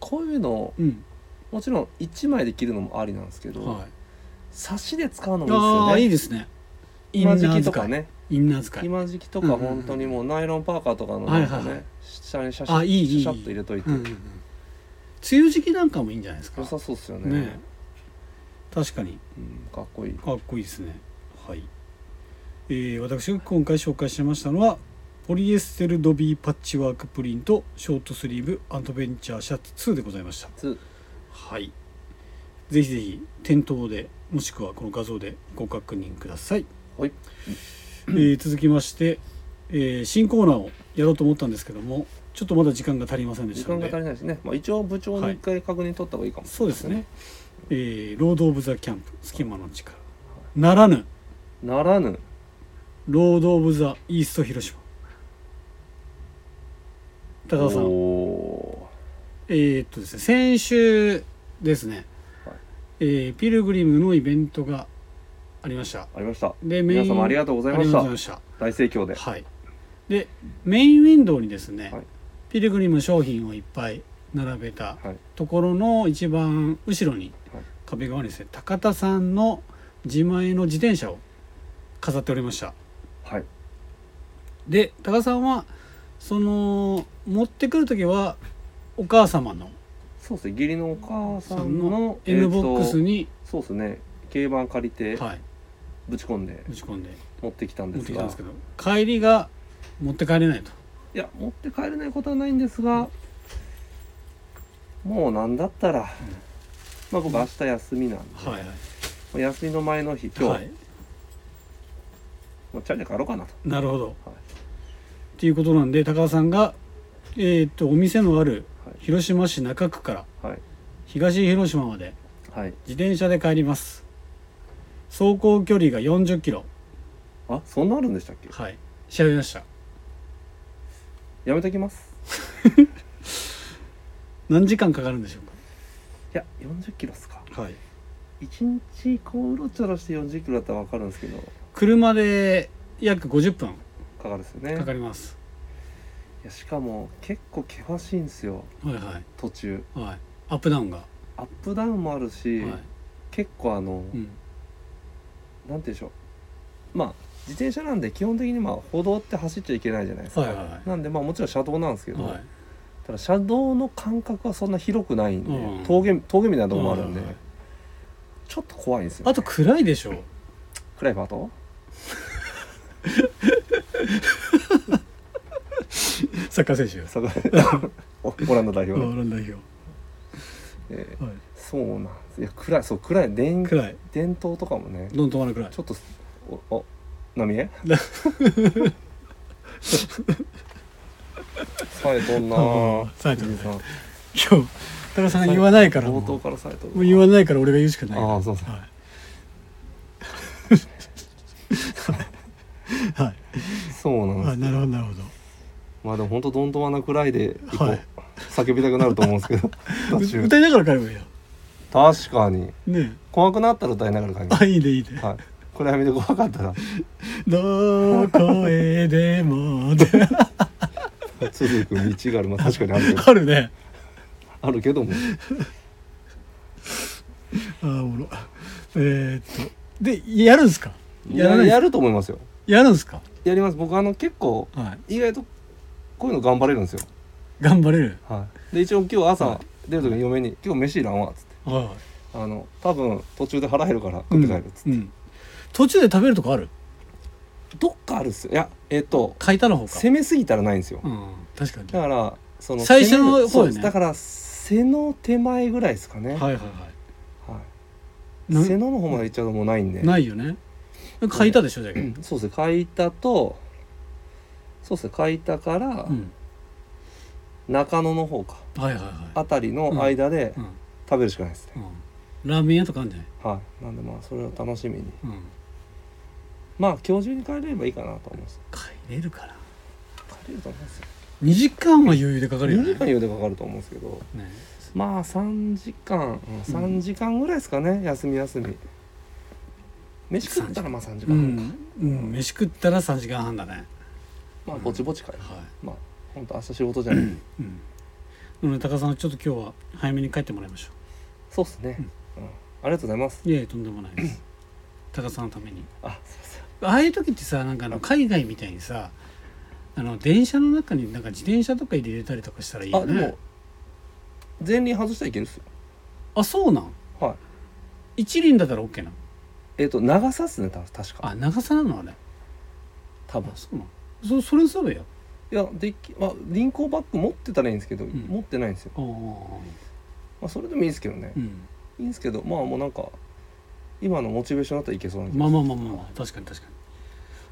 B: こういうの
A: ううん
B: もちろん1枚で切るのもありなんですけど、
A: はい
B: 差しで使うのもいいで
A: あ
B: すよ
A: あ
B: ね
A: いいですねインナ
B: 今
A: ー
B: 時
A: 使い
B: 期とかね
A: インナー使い
B: 今時期と
A: うん
B: か
A: うんうん
B: 本当にもうナイロンパーカーとかのなんか
A: は
B: ね、
A: いはいはい
B: 下にシャシ
A: あ
B: ャ
A: いいいいいい
B: シャシャッと入れといて、
A: うんうんうん梅雨時期なんかもいいんじゃないですか
B: 良さそうですよね
A: ね確かに
B: うん、かっこいい
A: かっこいいですねはい、えー私が今回紹介しましたのはポリエステルドビーパッチワークプリントショートスリーブアドベンチャーシャツ2でございました
B: つ
A: はいぜひぜひ店頭でもしくはこの画像でご確認ください、
B: はい
A: えー続きまして、えー新コーナーをやろうと思ったんですけどもちょっとまだ時間が足りませんでし
B: 時
A: たの
B: 間が
A: で
B: 足りないですね、まあ、一応部長
A: は
B: に
A: い
B: 一回確認取った方がいいかも、
A: そうですね、えーロード・オブ・ザ・キャンプ隙間の力ならぬ
B: ならぬ
A: ロード・オブ・ザ・イースト・広島高田さん
B: お
A: えーっとですね先週ですね、
B: はい
A: えーピルグリムのイベントがありました
B: ーありました
A: でメイン
B: 皆様ありがとうございました
A: ありがとうございました
B: 大盛況で
A: はいでメインウィンドウにですね、
B: はい
A: ピルグリム商品をいっぱい並べた
B: はい
A: ところの一番後ろに、
B: はい
A: 壁側にですね高田さんの自前の自転車を飾っておりました
B: はい
A: で高田さんはその持ってくる時はお母様の
B: そうですね義理のお母さ
A: さ
B: ん
A: ん
B: の
A: の
B: えー
A: N
B: と
A: ボックスに、
B: そうですね軽バン借りて
A: はい、
B: ぶち込んで
A: 打ち込んで
B: 持ってきたん
A: 持
B: で
A: っ
B: す
A: てきたん
B: が
A: ですけど帰りが持って帰れないと
B: いや持って帰れないことはないんですがもうなんだったら、まあ僕明日休みなんで、
A: はいはい
B: もう休みの前の日今日、
A: はい
B: もうチャリで帰ろうかなと、
A: なるほど
B: はい
A: っていうことなんで高田さんが、えー、とお店のある
B: はい
A: 広島市中区から
B: はい
A: 東広島まで
B: はい
A: 自転車で帰ります走行距離が4 0キロ
B: あそんなあるんでしたっけ
A: はい調べました
B: やめときます
A: 何時間かかるんでしょ
B: いや40キロっすか
A: うかはい
B: 1日こううろちょろして40キロだったら分かるんですけど
A: 車で約50分
B: かかるですよね
A: かかります
B: いやしかも結構険しいんですよ
A: はいは
B: 途中
A: いはいアップダウンが、は
B: アップダウンもあるし、
A: い
B: 結構あの、
A: うん、
B: なんて言うんでしょうまあ自転車なんで基本的にまあ歩道って走っちゃいけないじゃないですか、
A: はいはいはい
B: なんでまあもちろん車道なんですけど、
A: はい
B: ただ車道の間隔はそんな広くないんで、
A: うん
B: 峠峠みたいなとこもあるん
A: はい
B: で、
A: はいはい
B: ちょっと怖いんですよ、
A: あと暗いでしょ
B: 暗いパート
A: サッカー選手
B: そこおオランダ代表、
A: オランダ代表、
B: えー
A: は
B: そうなんですいや暗いそう暗い電
A: い、暗い
B: 電灯とかもね
A: どんどん止まらない暗い
B: ちょっとおお波 江さえとんな
A: あー冴えてるね
B: 藤井さん
A: 今日高田さんが言わないからも
B: 冒
A: う
B: 頭からされた
A: もう言わないから俺が言うしかない
B: ああそうそう
A: はい、はい
B: そうなんで
A: あ
B: す
A: なるほどなるほ
B: まあでも本当どんどん穴くらいで行こう、
A: はい
B: 叫びたくなると思うんですけ ど
A: ど
B: 途中
A: 歌いながら帰ればいいよ
B: 確かに
A: ね
B: 怖くなったら歌いながら書き
A: え
B: ます
A: あいいねいいね
B: はい暗闇で怖か ったら
A: どこへでもって
B: 続く道があるまあ確かにあるけど
A: あるね
B: あるけども
A: あーおもろえー、っとでやるんすかやら
B: や
A: ない
B: やると思いますよ
A: やるんすか
B: やります僕あの結構
A: はい
B: 意外とこういうの頑張れるんですよ、
A: 頑張れる
B: はい、で一応今日朝
A: は
B: 出る時に嫁に「今日飯いらんわ」っつって
A: は
B: 「あの多分途中で腹減るから
A: い
B: 食って帰る」っつって、
A: うんうん途中で食べるとこある
B: どっかあるっすよいやえっ、と
A: 書いたの方か
B: 攻めすぎたらないんですよ、
A: うん確かに
B: だからその
A: 最初の
B: 攻めるそ
A: 方
B: う
A: やね
B: ですだから背の手前ぐらいですかね、
A: はいはいは
B: はい、
A: ない
B: 背のの方まで行っちゃうともうないんで
A: ないよね書いたでしょじゃあ、
B: うんそうですね書いたとそうですね書いたから
A: うん、
B: 中野の方か
A: はいはいはい
B: あたりの間で
A: うん
B: 食べるしかないですね、
A: うん、ラーメン屋とかあるんじゃない、
B: はいなんでまあそれを楽しみに
A: うん、
B: まあ今日中に帰れればいいかなと思います
A: 帰れるから
B: 帰れると思うんですよ
A: 2時間は余裕でかかるよ
B: 2
A: ね
B: 時間言うてかかると思うんですけど
A: ね
B: まあ3時間うん3時間ぐらいですかね、休み休み飯食ったらまあ3時
A: う
B: 間、
A: ん、うん、飯食ったら3時間半だね
B: まあぼちぼち帰る、
A: は
B: まあ本当明日仕事じゃない、
A: い、うん、なので高田さんちょっと今日は早めに帰ってもらいましょ
B: そうっすね、うんありがとうございます
A: ういやいやとんでもないです高田さんのために
B: あすいません
A: ああいう時ってさなんかあの海外みたいにさあの電車の中になんか自転車とか入れれたりとかしたらいい
B: あ
A: よ
B: で
A: ね
B: も前輪外したらいけるっすよ
A: あそうなん
B: はい
A: 一輪だったら OK なの
B: えっ、と長さっすねた確か
A: あ長さなのあれ
B: 多分
A: あそうなのそそれそうだよ
B: いやできまあ輪行バッグ持ってたらいいんですけど、
A: ん
B: 持ってないんですよ、
A: ああ
B: まあ、それでもいいですけどね、
A: うん
B: いいんですけどまあもうなんか今のモチベーションだったらいけそうなんで、
A: まあまあまあまあまあ確かに確かに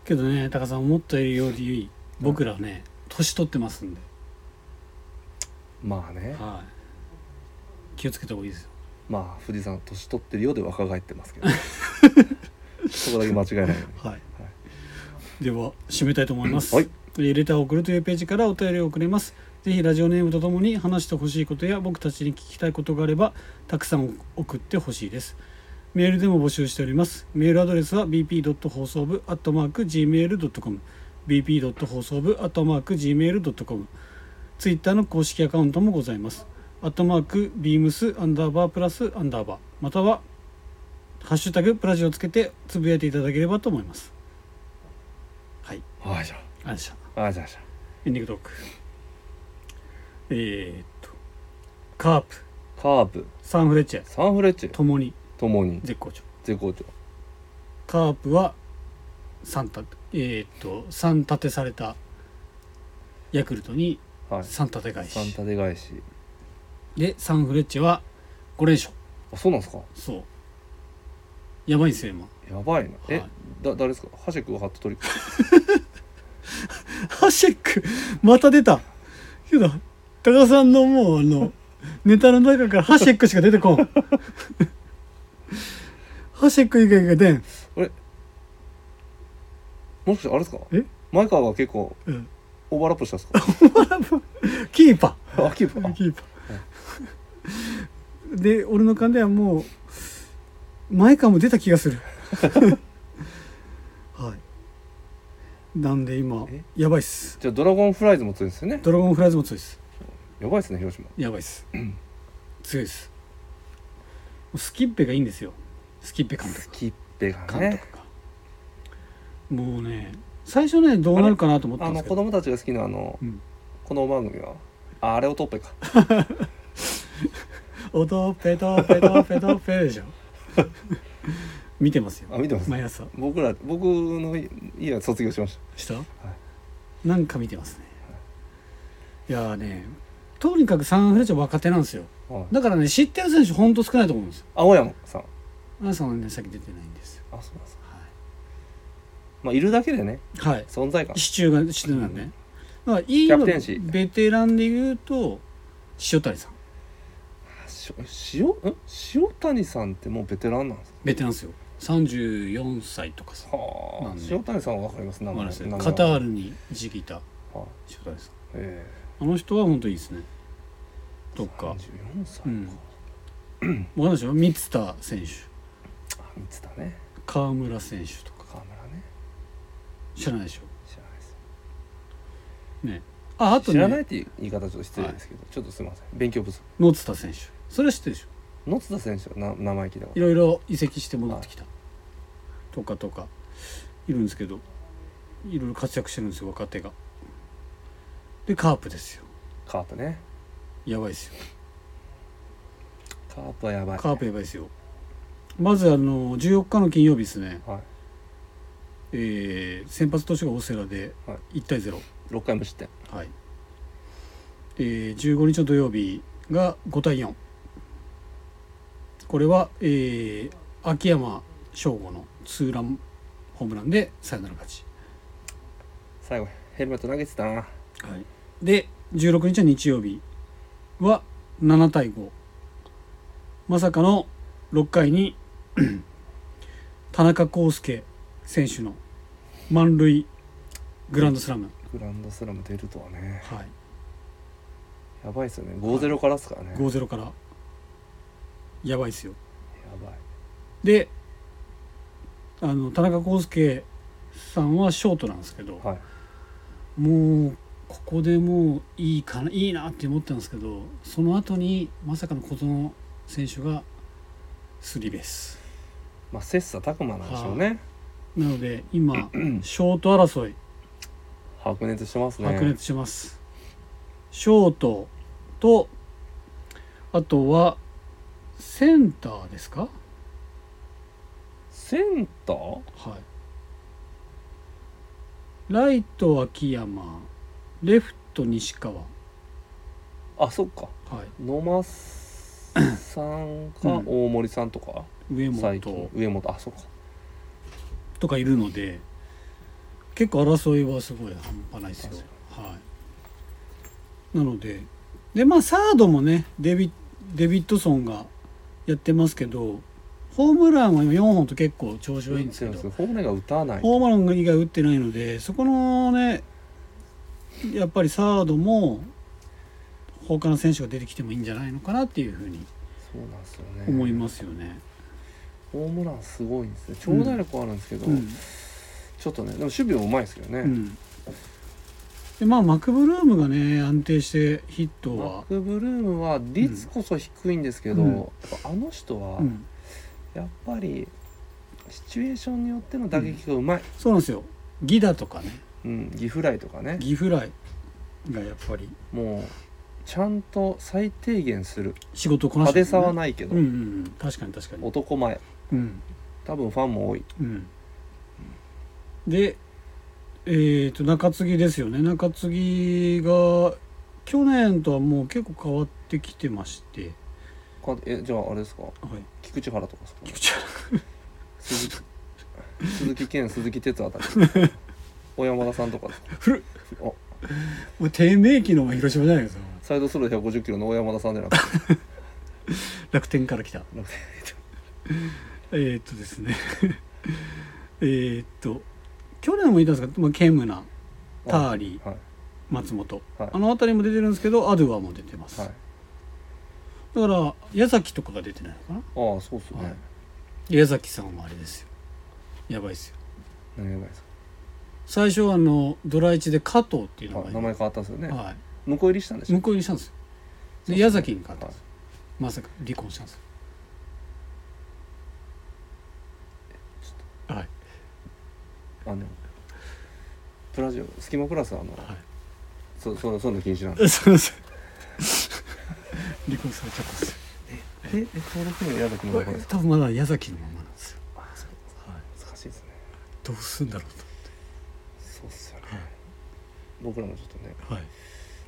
A: けどね高さん思ったより僕らはね年取ってますんで、
B: まあね
A: はい、気をつけた方がいいですよ
B: まあ富士山年取ってるようで若返ってま すけどそこだけ間違いないように
A: はいでは締めたいと思います、
B: はい
A: えーレターを送るというページからお便りを送れますぜひラジオネームとともに話してほしいことや僕たちに聞きたいことがあればたくさん送ってほしいですメールでも募集しておりますメールアドレスは bp. 放送部 gmail.com bp. 放送部 gmail.com ツイッターの公式アカウントもございますアットマークビームスアンダーバープラスアンダーバーまたはハッシュタグプラジをつけてつぶやいていただければと思いますはい
B: はいじゃ
A: ありした
B: あはいじゃあじゃ
A: エンディングトークえー、っとカープ
B: あカープ
A: サンフレッチェ
B: サンフレッチェ
A: ともに
B: ともに
A: 絶好調
B: 絶好調
A: カープは3たえー、っと三立てされたヤクルトに
B: はい
A: 3立て返
B: 三
A: し
B: 立て返し
A: でサンフレッチェは5連勝
B: あそうなんですか
A: そうやばいんですよ今
B: やばいなえ、
A: はい
B: だ誰ですかハシェクハットトリック
A: ハシェックまた出たけど高田さんのもうあのネタの中からハシェックしか出てこんハシェック以外が出ん、
B: もしかしてあれですか
A: え
B: 前川が結構
A: うん、
B: オーバーラップしたんですか
A: キーパ
B: あキーパ
A: ー
B: ー
A: キーパーで俺の勘ではもう前かも出た気がするはいなんで今
B: え
A: やばいっす
B: じゃあドラゴンフライズも強いんですよね
A: ドラゴンフライズも強いっす
B: やばいですね広島
A: やばいっす強いっすスキッペがいいんですよスキッペ監督
B: スキッペが
A: 監
B: ね
A: 督が、もうね最初ねどうなるかなと思った
B: あ
A: んで
B: の
A: すけど
B: 子供たちが好きなあの、
A: うん
B: この番組はああれをトッペか
A: おとペトペトペトペでしょ見てますよ
B: あ見てます
A: 毎朝
B: 僕ら僕の家は卒業しまし
A: した、なんか見てますね、い、やーねとにかくサンフレッチェは若手なんですよ
B: た、はい、
A: だからね知ってる選手ほんと少ないと思うんですよ
B: 青山さん
A: 皆さんはね先出てないんですよ
B: あそうなんですか
A: は
B: まあいるだけでね
A: い、はい、
B: 存在感
A: 支柱が支柱なんで、ねだからいい
B: キャ
A: の
B: プテンシー
A: ベテランで言うと塩谷さん
B: し塩ん塩谷さんってもうベテランなんです
A: ベテランですよ34歳とかさ
B: かは
A: な
B: あ
A: んで
B: 塩谷さんは分かります名
A: わかり
B: 前
A: ます
B: 名前
A: カタールにじきた
B: はい
A: 塩谷さん
B: え
A: あの人は本当いいですねと
B: え
A: か
B: 34歳
A: う
B: か、
A: んわかんないでしょ三田選手
B: あ三つだね
A: 川村選手とか
B: 川村ね
A: 知らないでし
B: 知らないで
A: ょ
B: す
A: ねああと
B: 知らない
A: ね
B: っていう言い方はちょっと失礼ですけど、ちょっとすみません勉強不足
A: 野津田選手それは知ってるでしょ
B: 野津田選手はな名前聞いたこ
A: いろいろ移籍して戻ってきたとかとかいるんですけどいろいろ活躍してるんですよ若手がでカープですよ
B: とカープね
A: やばいですよ
B: カープはやばい
A: カープやばいですよまずあの14日の金曜日ですね、
B: はい
A: えー先発投手がオセラで
B: は
A: 1対0、
B: 6回無失点
A: はいえー、15日の土曜日が5対4これは、えー秋山翔吾のツーランホームランでサヨナラ勝ち、
B: 最後ヘルメット投げてたな
A: はい、で16日の日曜日は7対5まさかの6回に 田中康介選手の満塁グランドスラム、
B: グランドスラム出るとはね
A: はい、
B: やばいですよね5-0からですからね、や
A: 5-0からやばいですよ
B: ばい
A: であの田中康介さんはショートなんですけど、
B: はい
A: もうここでもういいかないいなって思ったんですけどその後にまさかの小園選手がスリーベース
B: まあ切磋琢磨なんでしょうね
A: なので今ショート争い
B: 白熱してますね
A: 白熱します、ショートとあとはセンターですか
B: センター
A: はい。ライト秋山、レフト西川。は
B: あそっか野間さんか
A: うん
B: 大森さんとか、
A: い。上
B: 最近
A: 本
B: 上本あそっか
A: とかいるので、結構争いはすごい半端ないですよ。はい。なので、でまあサードもね、デビデビッドソンがやってますけど、ホームランは今4本と結構調子はいいんですけど、
B: ホームランが打たない
A: ホームラン以外打ってないのでそこのねやっぱりサードも他の選手が出てきてもいいんじゃないのかなっていうふうに
B: そうなんですよね
A: 思いますよね。
B: ホームランすごいんですね長打力はあるんですけど、
A: うん
B: ちょっとねでも守備もうまいですけどね、
A: うんでまあマクブルームがね安定してヒット
B: マッ
A: は、
B: ク・ブルームは率こそ低いんですけど、
A: うん
B: やっぱあの人は
A: うん、
B: やっぱりシチュエーションによっての打撃がうまい、
A: そうなんですよギダとかね
B: うん、ギフライとかね
A: ギフライがやっぱり
B: もうちゃんと最低限する
A: 仕事をこなし
B: 派
A: て
B: 手
A: る
B: さは
A: ね
B: ないけど、
A: うんうんうん、確かに確かに。
B: 男前
A: うん
B: 多分ファンも多い
A: うん、でえー、と中継ぎですよね中継ぎが去年とはもう結構変わってきてまして、
B: かえじゃああれですか
A: はい、
B: 菊池原とかですか
A: 菊池
B: 鈴木鈴木健鈴木哲あたり 小山田さんとかですか
A: 古っ
B: あ
A: もう低迷期の広島じゃないですか
B: サイドスロー150キロの大山田さんじゃなくて
A: 楽天から来たえー、っとですね えーっと去年もいたんですが、まあ、ケムナ ターリ
B: はい
A: ー松本、
B: はい
A: あの辺りも出てるんですけどアドゥアも出てます、
B: はい
A: だから矢崎とかが出てないのかな
B: ああそうっすね、
A: はい矢崎さんはあれですよやばいですよ
B: 何やばいですか
A: 最初はあのドラ1で加藤っていう名
B: はい
A: 前
B: 名前変わったんですよね、
A: は
B: 向こう入りしたんで
A: い、
B: しょ
A: 向こうにしたんですよ
B: そうそう
A: で矢崎に変わったんですまさか離婚したんですよはい
B: あのプラジオスキマプラスあの、
A: はい
B: そそそんな禁止なんで
A: えすいません 離婚されちゃったんですよ
B: ええ登録名矢崎の名前ですか
A: 多分まだ矢崎のままなんですよ、
B: あそう
A: はい、
B: 難しいですね
A: どうすんだろう
B: そうっすよね、
A: はい
B: 僕らもちょっとね
A: と、はい、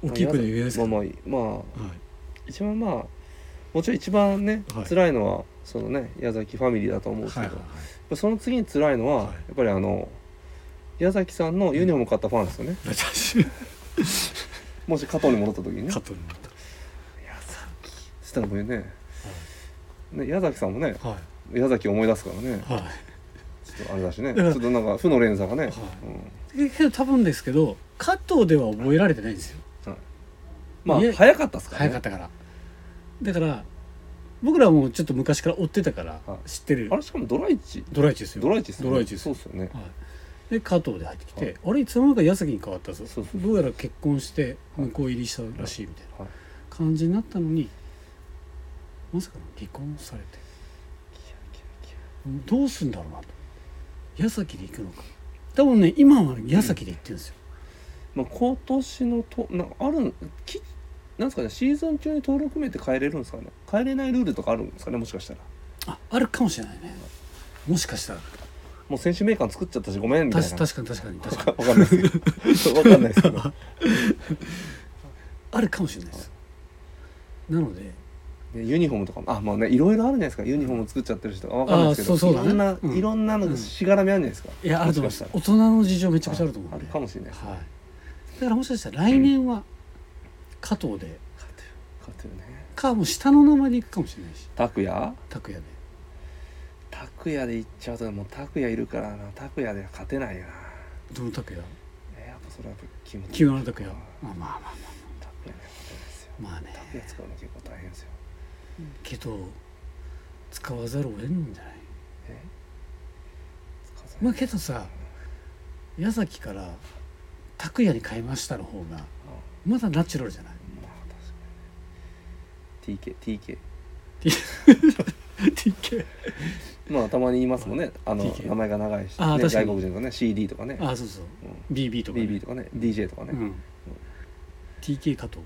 A: 大きい声で言えないですけ
B: まあ
A: ど、
B: まあいいまあ
A: はい、
B: 一番まあもちろん一番ね、
A: はい
B: 辛いのはそのね矢崎ファミリーだと思うんですけ
A: はい
B: ど、
A: はいはい
B: その次に辛いのは、
A: はい
B: やっぱりあの矢崎さんのユニフォームを買ったファンですよね、
A: 私
B: もし加藤に戻った時にね
A: 加藤になった
B: そしたらもうねね矢崎さんもね
A: は
B: 矢崎思い出すからね
A: いはい
B: ちょっとあれだしねち
A: だか
B: ょ
A: ら
B: っとなんか負の連鎖がね、
A: はい
B: うん
A: えけど多分ですけど加藤では覚えられてないんですよ
B: ま
A: い
B: あ
A: や
B: 早かったっすからね
A: 早かったからだから僕らもちょっと昔から追ってたから
B: はい
A: 知ってる
B: あれしかもドライチ
A: ドライチですよ
B: ドライチっすよね
A: ドライチです
B: そうっすよね
A: はい、で加藤で入ってきて、あれいつの間にか矢崎に変わったぞ
B: そうそう
A: どうやら結婚して向こう入りしたらしいみたい
B: は
A: ない感じになったのにまさかの離婚されてどうすんだろうなと矢崎で行くのか多分ね今は矢崎で行ってるんですよ、
B: まあ今年のとなんかあるんきなんですかねシーズン中に登録名って変えれるんですかね変えれないルールとかあるんですかねもしかしたら
A: ああるかもしれないねもしかしたら
B: もう選手名鑑作っちゃったしごめんみたい
A: たし
B: な
A: 確かに確かに確 かに
B: わかんないで すけどわかんないですけど
A: あるかもしれないですなので
B: ねユニフォームとかもあまあねいろいろあるじゃないですかユニフォーム作っちゃってる人とかわかんないですけど
A: あーそうそうだね
B: ろんな、
A: うん
B: いろんなのがしがらみあるんじゃないですか、
A: いやあると思いま
B: も
A: す
B: しかしたら
A: 大人の事情めちゃくちゃあると思うん
B: あ
A: で
B: るかもしれないです
A: はい、だからもしかしたら来年は加藤で、
B: 勝てる勝てるね
A: かもう下の名前でいくかもしれないし
B: 拓也
A: 拓也で
B: 拓也で行っちゃうともう拓也いるからな拓也では勝てないよな
A: どの拓也
B: えやっぱそれはやっぱ気持
A: 清原拓也
B: 拓
A: まあまあまあ
B: 也では勝てないですよ
A: まあね
B: 拓也使うの結構大変ですよ
A: けど使わざるを得んんじゃない
B: え使わせない
A: まあけどさ矢崎から拓也に変えましたの方が
B: あ
A: まだナチュラルじゃない
B: まあ確かに TKTK
A: TK
B: まあたまに言いますもんねあの
A: TK
B: 名前が長いし、ね、
A: あー確か
B: 外
A: に
B: 国人とかね CD とかね、
A: ああそうそう
B: う
A: BB と
B: ん、
A: かね、
B: BB とかね DJ とかね、
A: うん、TK 加藤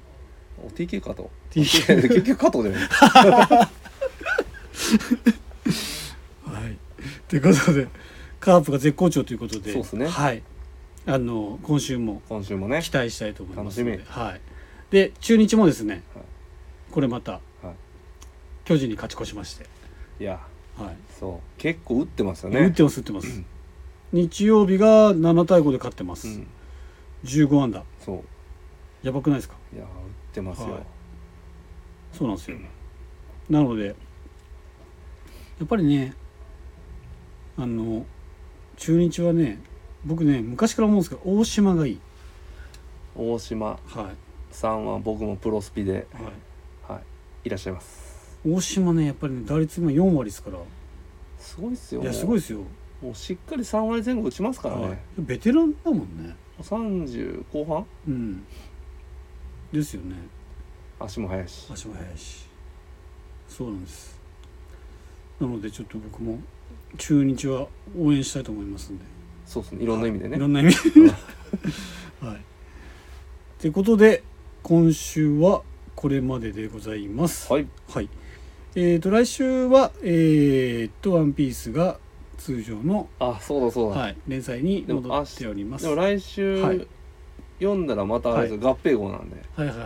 B: お TK 加藤
A: TK
B: 結局加藤だよね
A: はい。ということで、カープが絶好調ということで、
B: そうですね
A: はい。あの今週も
B: 今週もね
A: 期待したいと思いますので。
B: 楽し
A: はい。で中日もですね、
B: はい
A: これまた
B: は
A: 巨人に勝ち越しまして、
B: いいや
A: はい。
B: そう結構打ってますよね
A: 打ってます打ってます。日曜日が7対5で勝ってま
B: う
A: す。
B: ん、
A: 15安打。
B: そう
A: やばくないですか？
B: いや打ってますよ、
A: はいそうなんですよ。なので、やっぱりね、あの中日はね、僕ね昔から思うんですけど大島がいい。
B: 大島
A: はい。
B: さんは僕もプロスピで、
A: はい
B: はい、いらっしゃいます
A: 大島ねやっぱりね打率今4割ですから
B: すごいっすよ
A: いやすごい
B: も
A: ですよ、
B: うもうしっかり3割前後打ちますからね、
A: はいベテランだもんね
B: 30後半
A: うんですよね
B: 足も速いし
A: 足も速いしそうなんですなのでちょっと僕も中日は応援したいと思いますんで
B: そうですねいろんな意味でね、
A: いろんな 意味はいということで今週はこれまででございます
B: はい
A: はい。えっ、と来週はえっ、とワンピースが通常の
B: あそうだそうだ、
A: はい連載に戻っております。
B: でも
A: はい
B: 来週、
A: はい
B: 読んだらまたあれですよ合併号なんで
A: はいはい。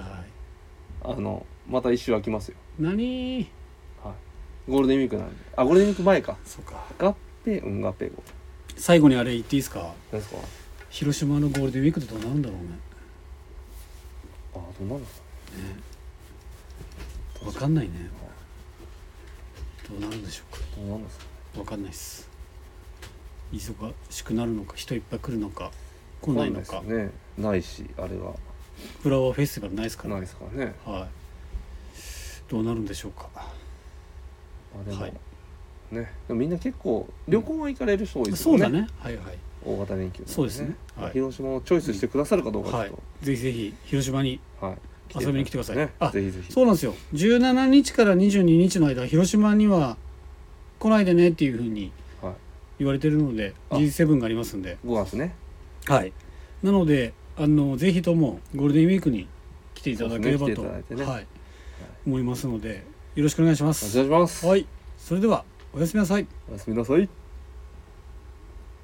B: あのまた一周空きますよ
A: 何？
B: ゴールデンウィークなんであゴールデンウィーク前か
A: そうか。
B: 合併うん合併号
A: 最後にあれ言っていいですか？
B: 何ですか
A: 広島のゴールデンウィークってどうなるんだろうね。
B: あどうなるんですか
A: わかんないね。どうなるんでしょうか。
B: どうなるんですか
A: わかんないです。忙しくなるのか、人いっぱい来るのか、来ないの
B: わ
A: か
B: ん。ですよねないしあれは
A: フラワーフェスティバルないですから。
B: ない
A: は
B: ですからね、
A: い。どうなるんでしょうか。
B: まあ、でも、
A: はい
B: ねでもみんな結構旅行は行かれる人多いです
A: そ
B: よ
A: う
B: ね,、
A: だね。はいはい。
B: 大型連休なん
A: そうですねはい
B: 広島をチョイスしてくださるかどうかちょ
A: は
B: っ
A: い。ぜひぜひ広島に
B: と、はい
A: 遊びに来てください
B: ね
A: あ
B: ぜひぜひ
A: そうなんですよ17日から22日の間広島には来ないでねっていうふうに
B: はい
A: 言われてるので、
B: あ
A: G7 がありますんで、
B: 5月ね
A: はい、なのであのぜひともゴールデンウィークに来ていただければと、
B: そうですね来ていただいてね
A: はい、思いますのでよろしくお願いしま
B: お
A: す。
B: 願いします、
A: はい、それではおやすみなさい
B: おやすみなさい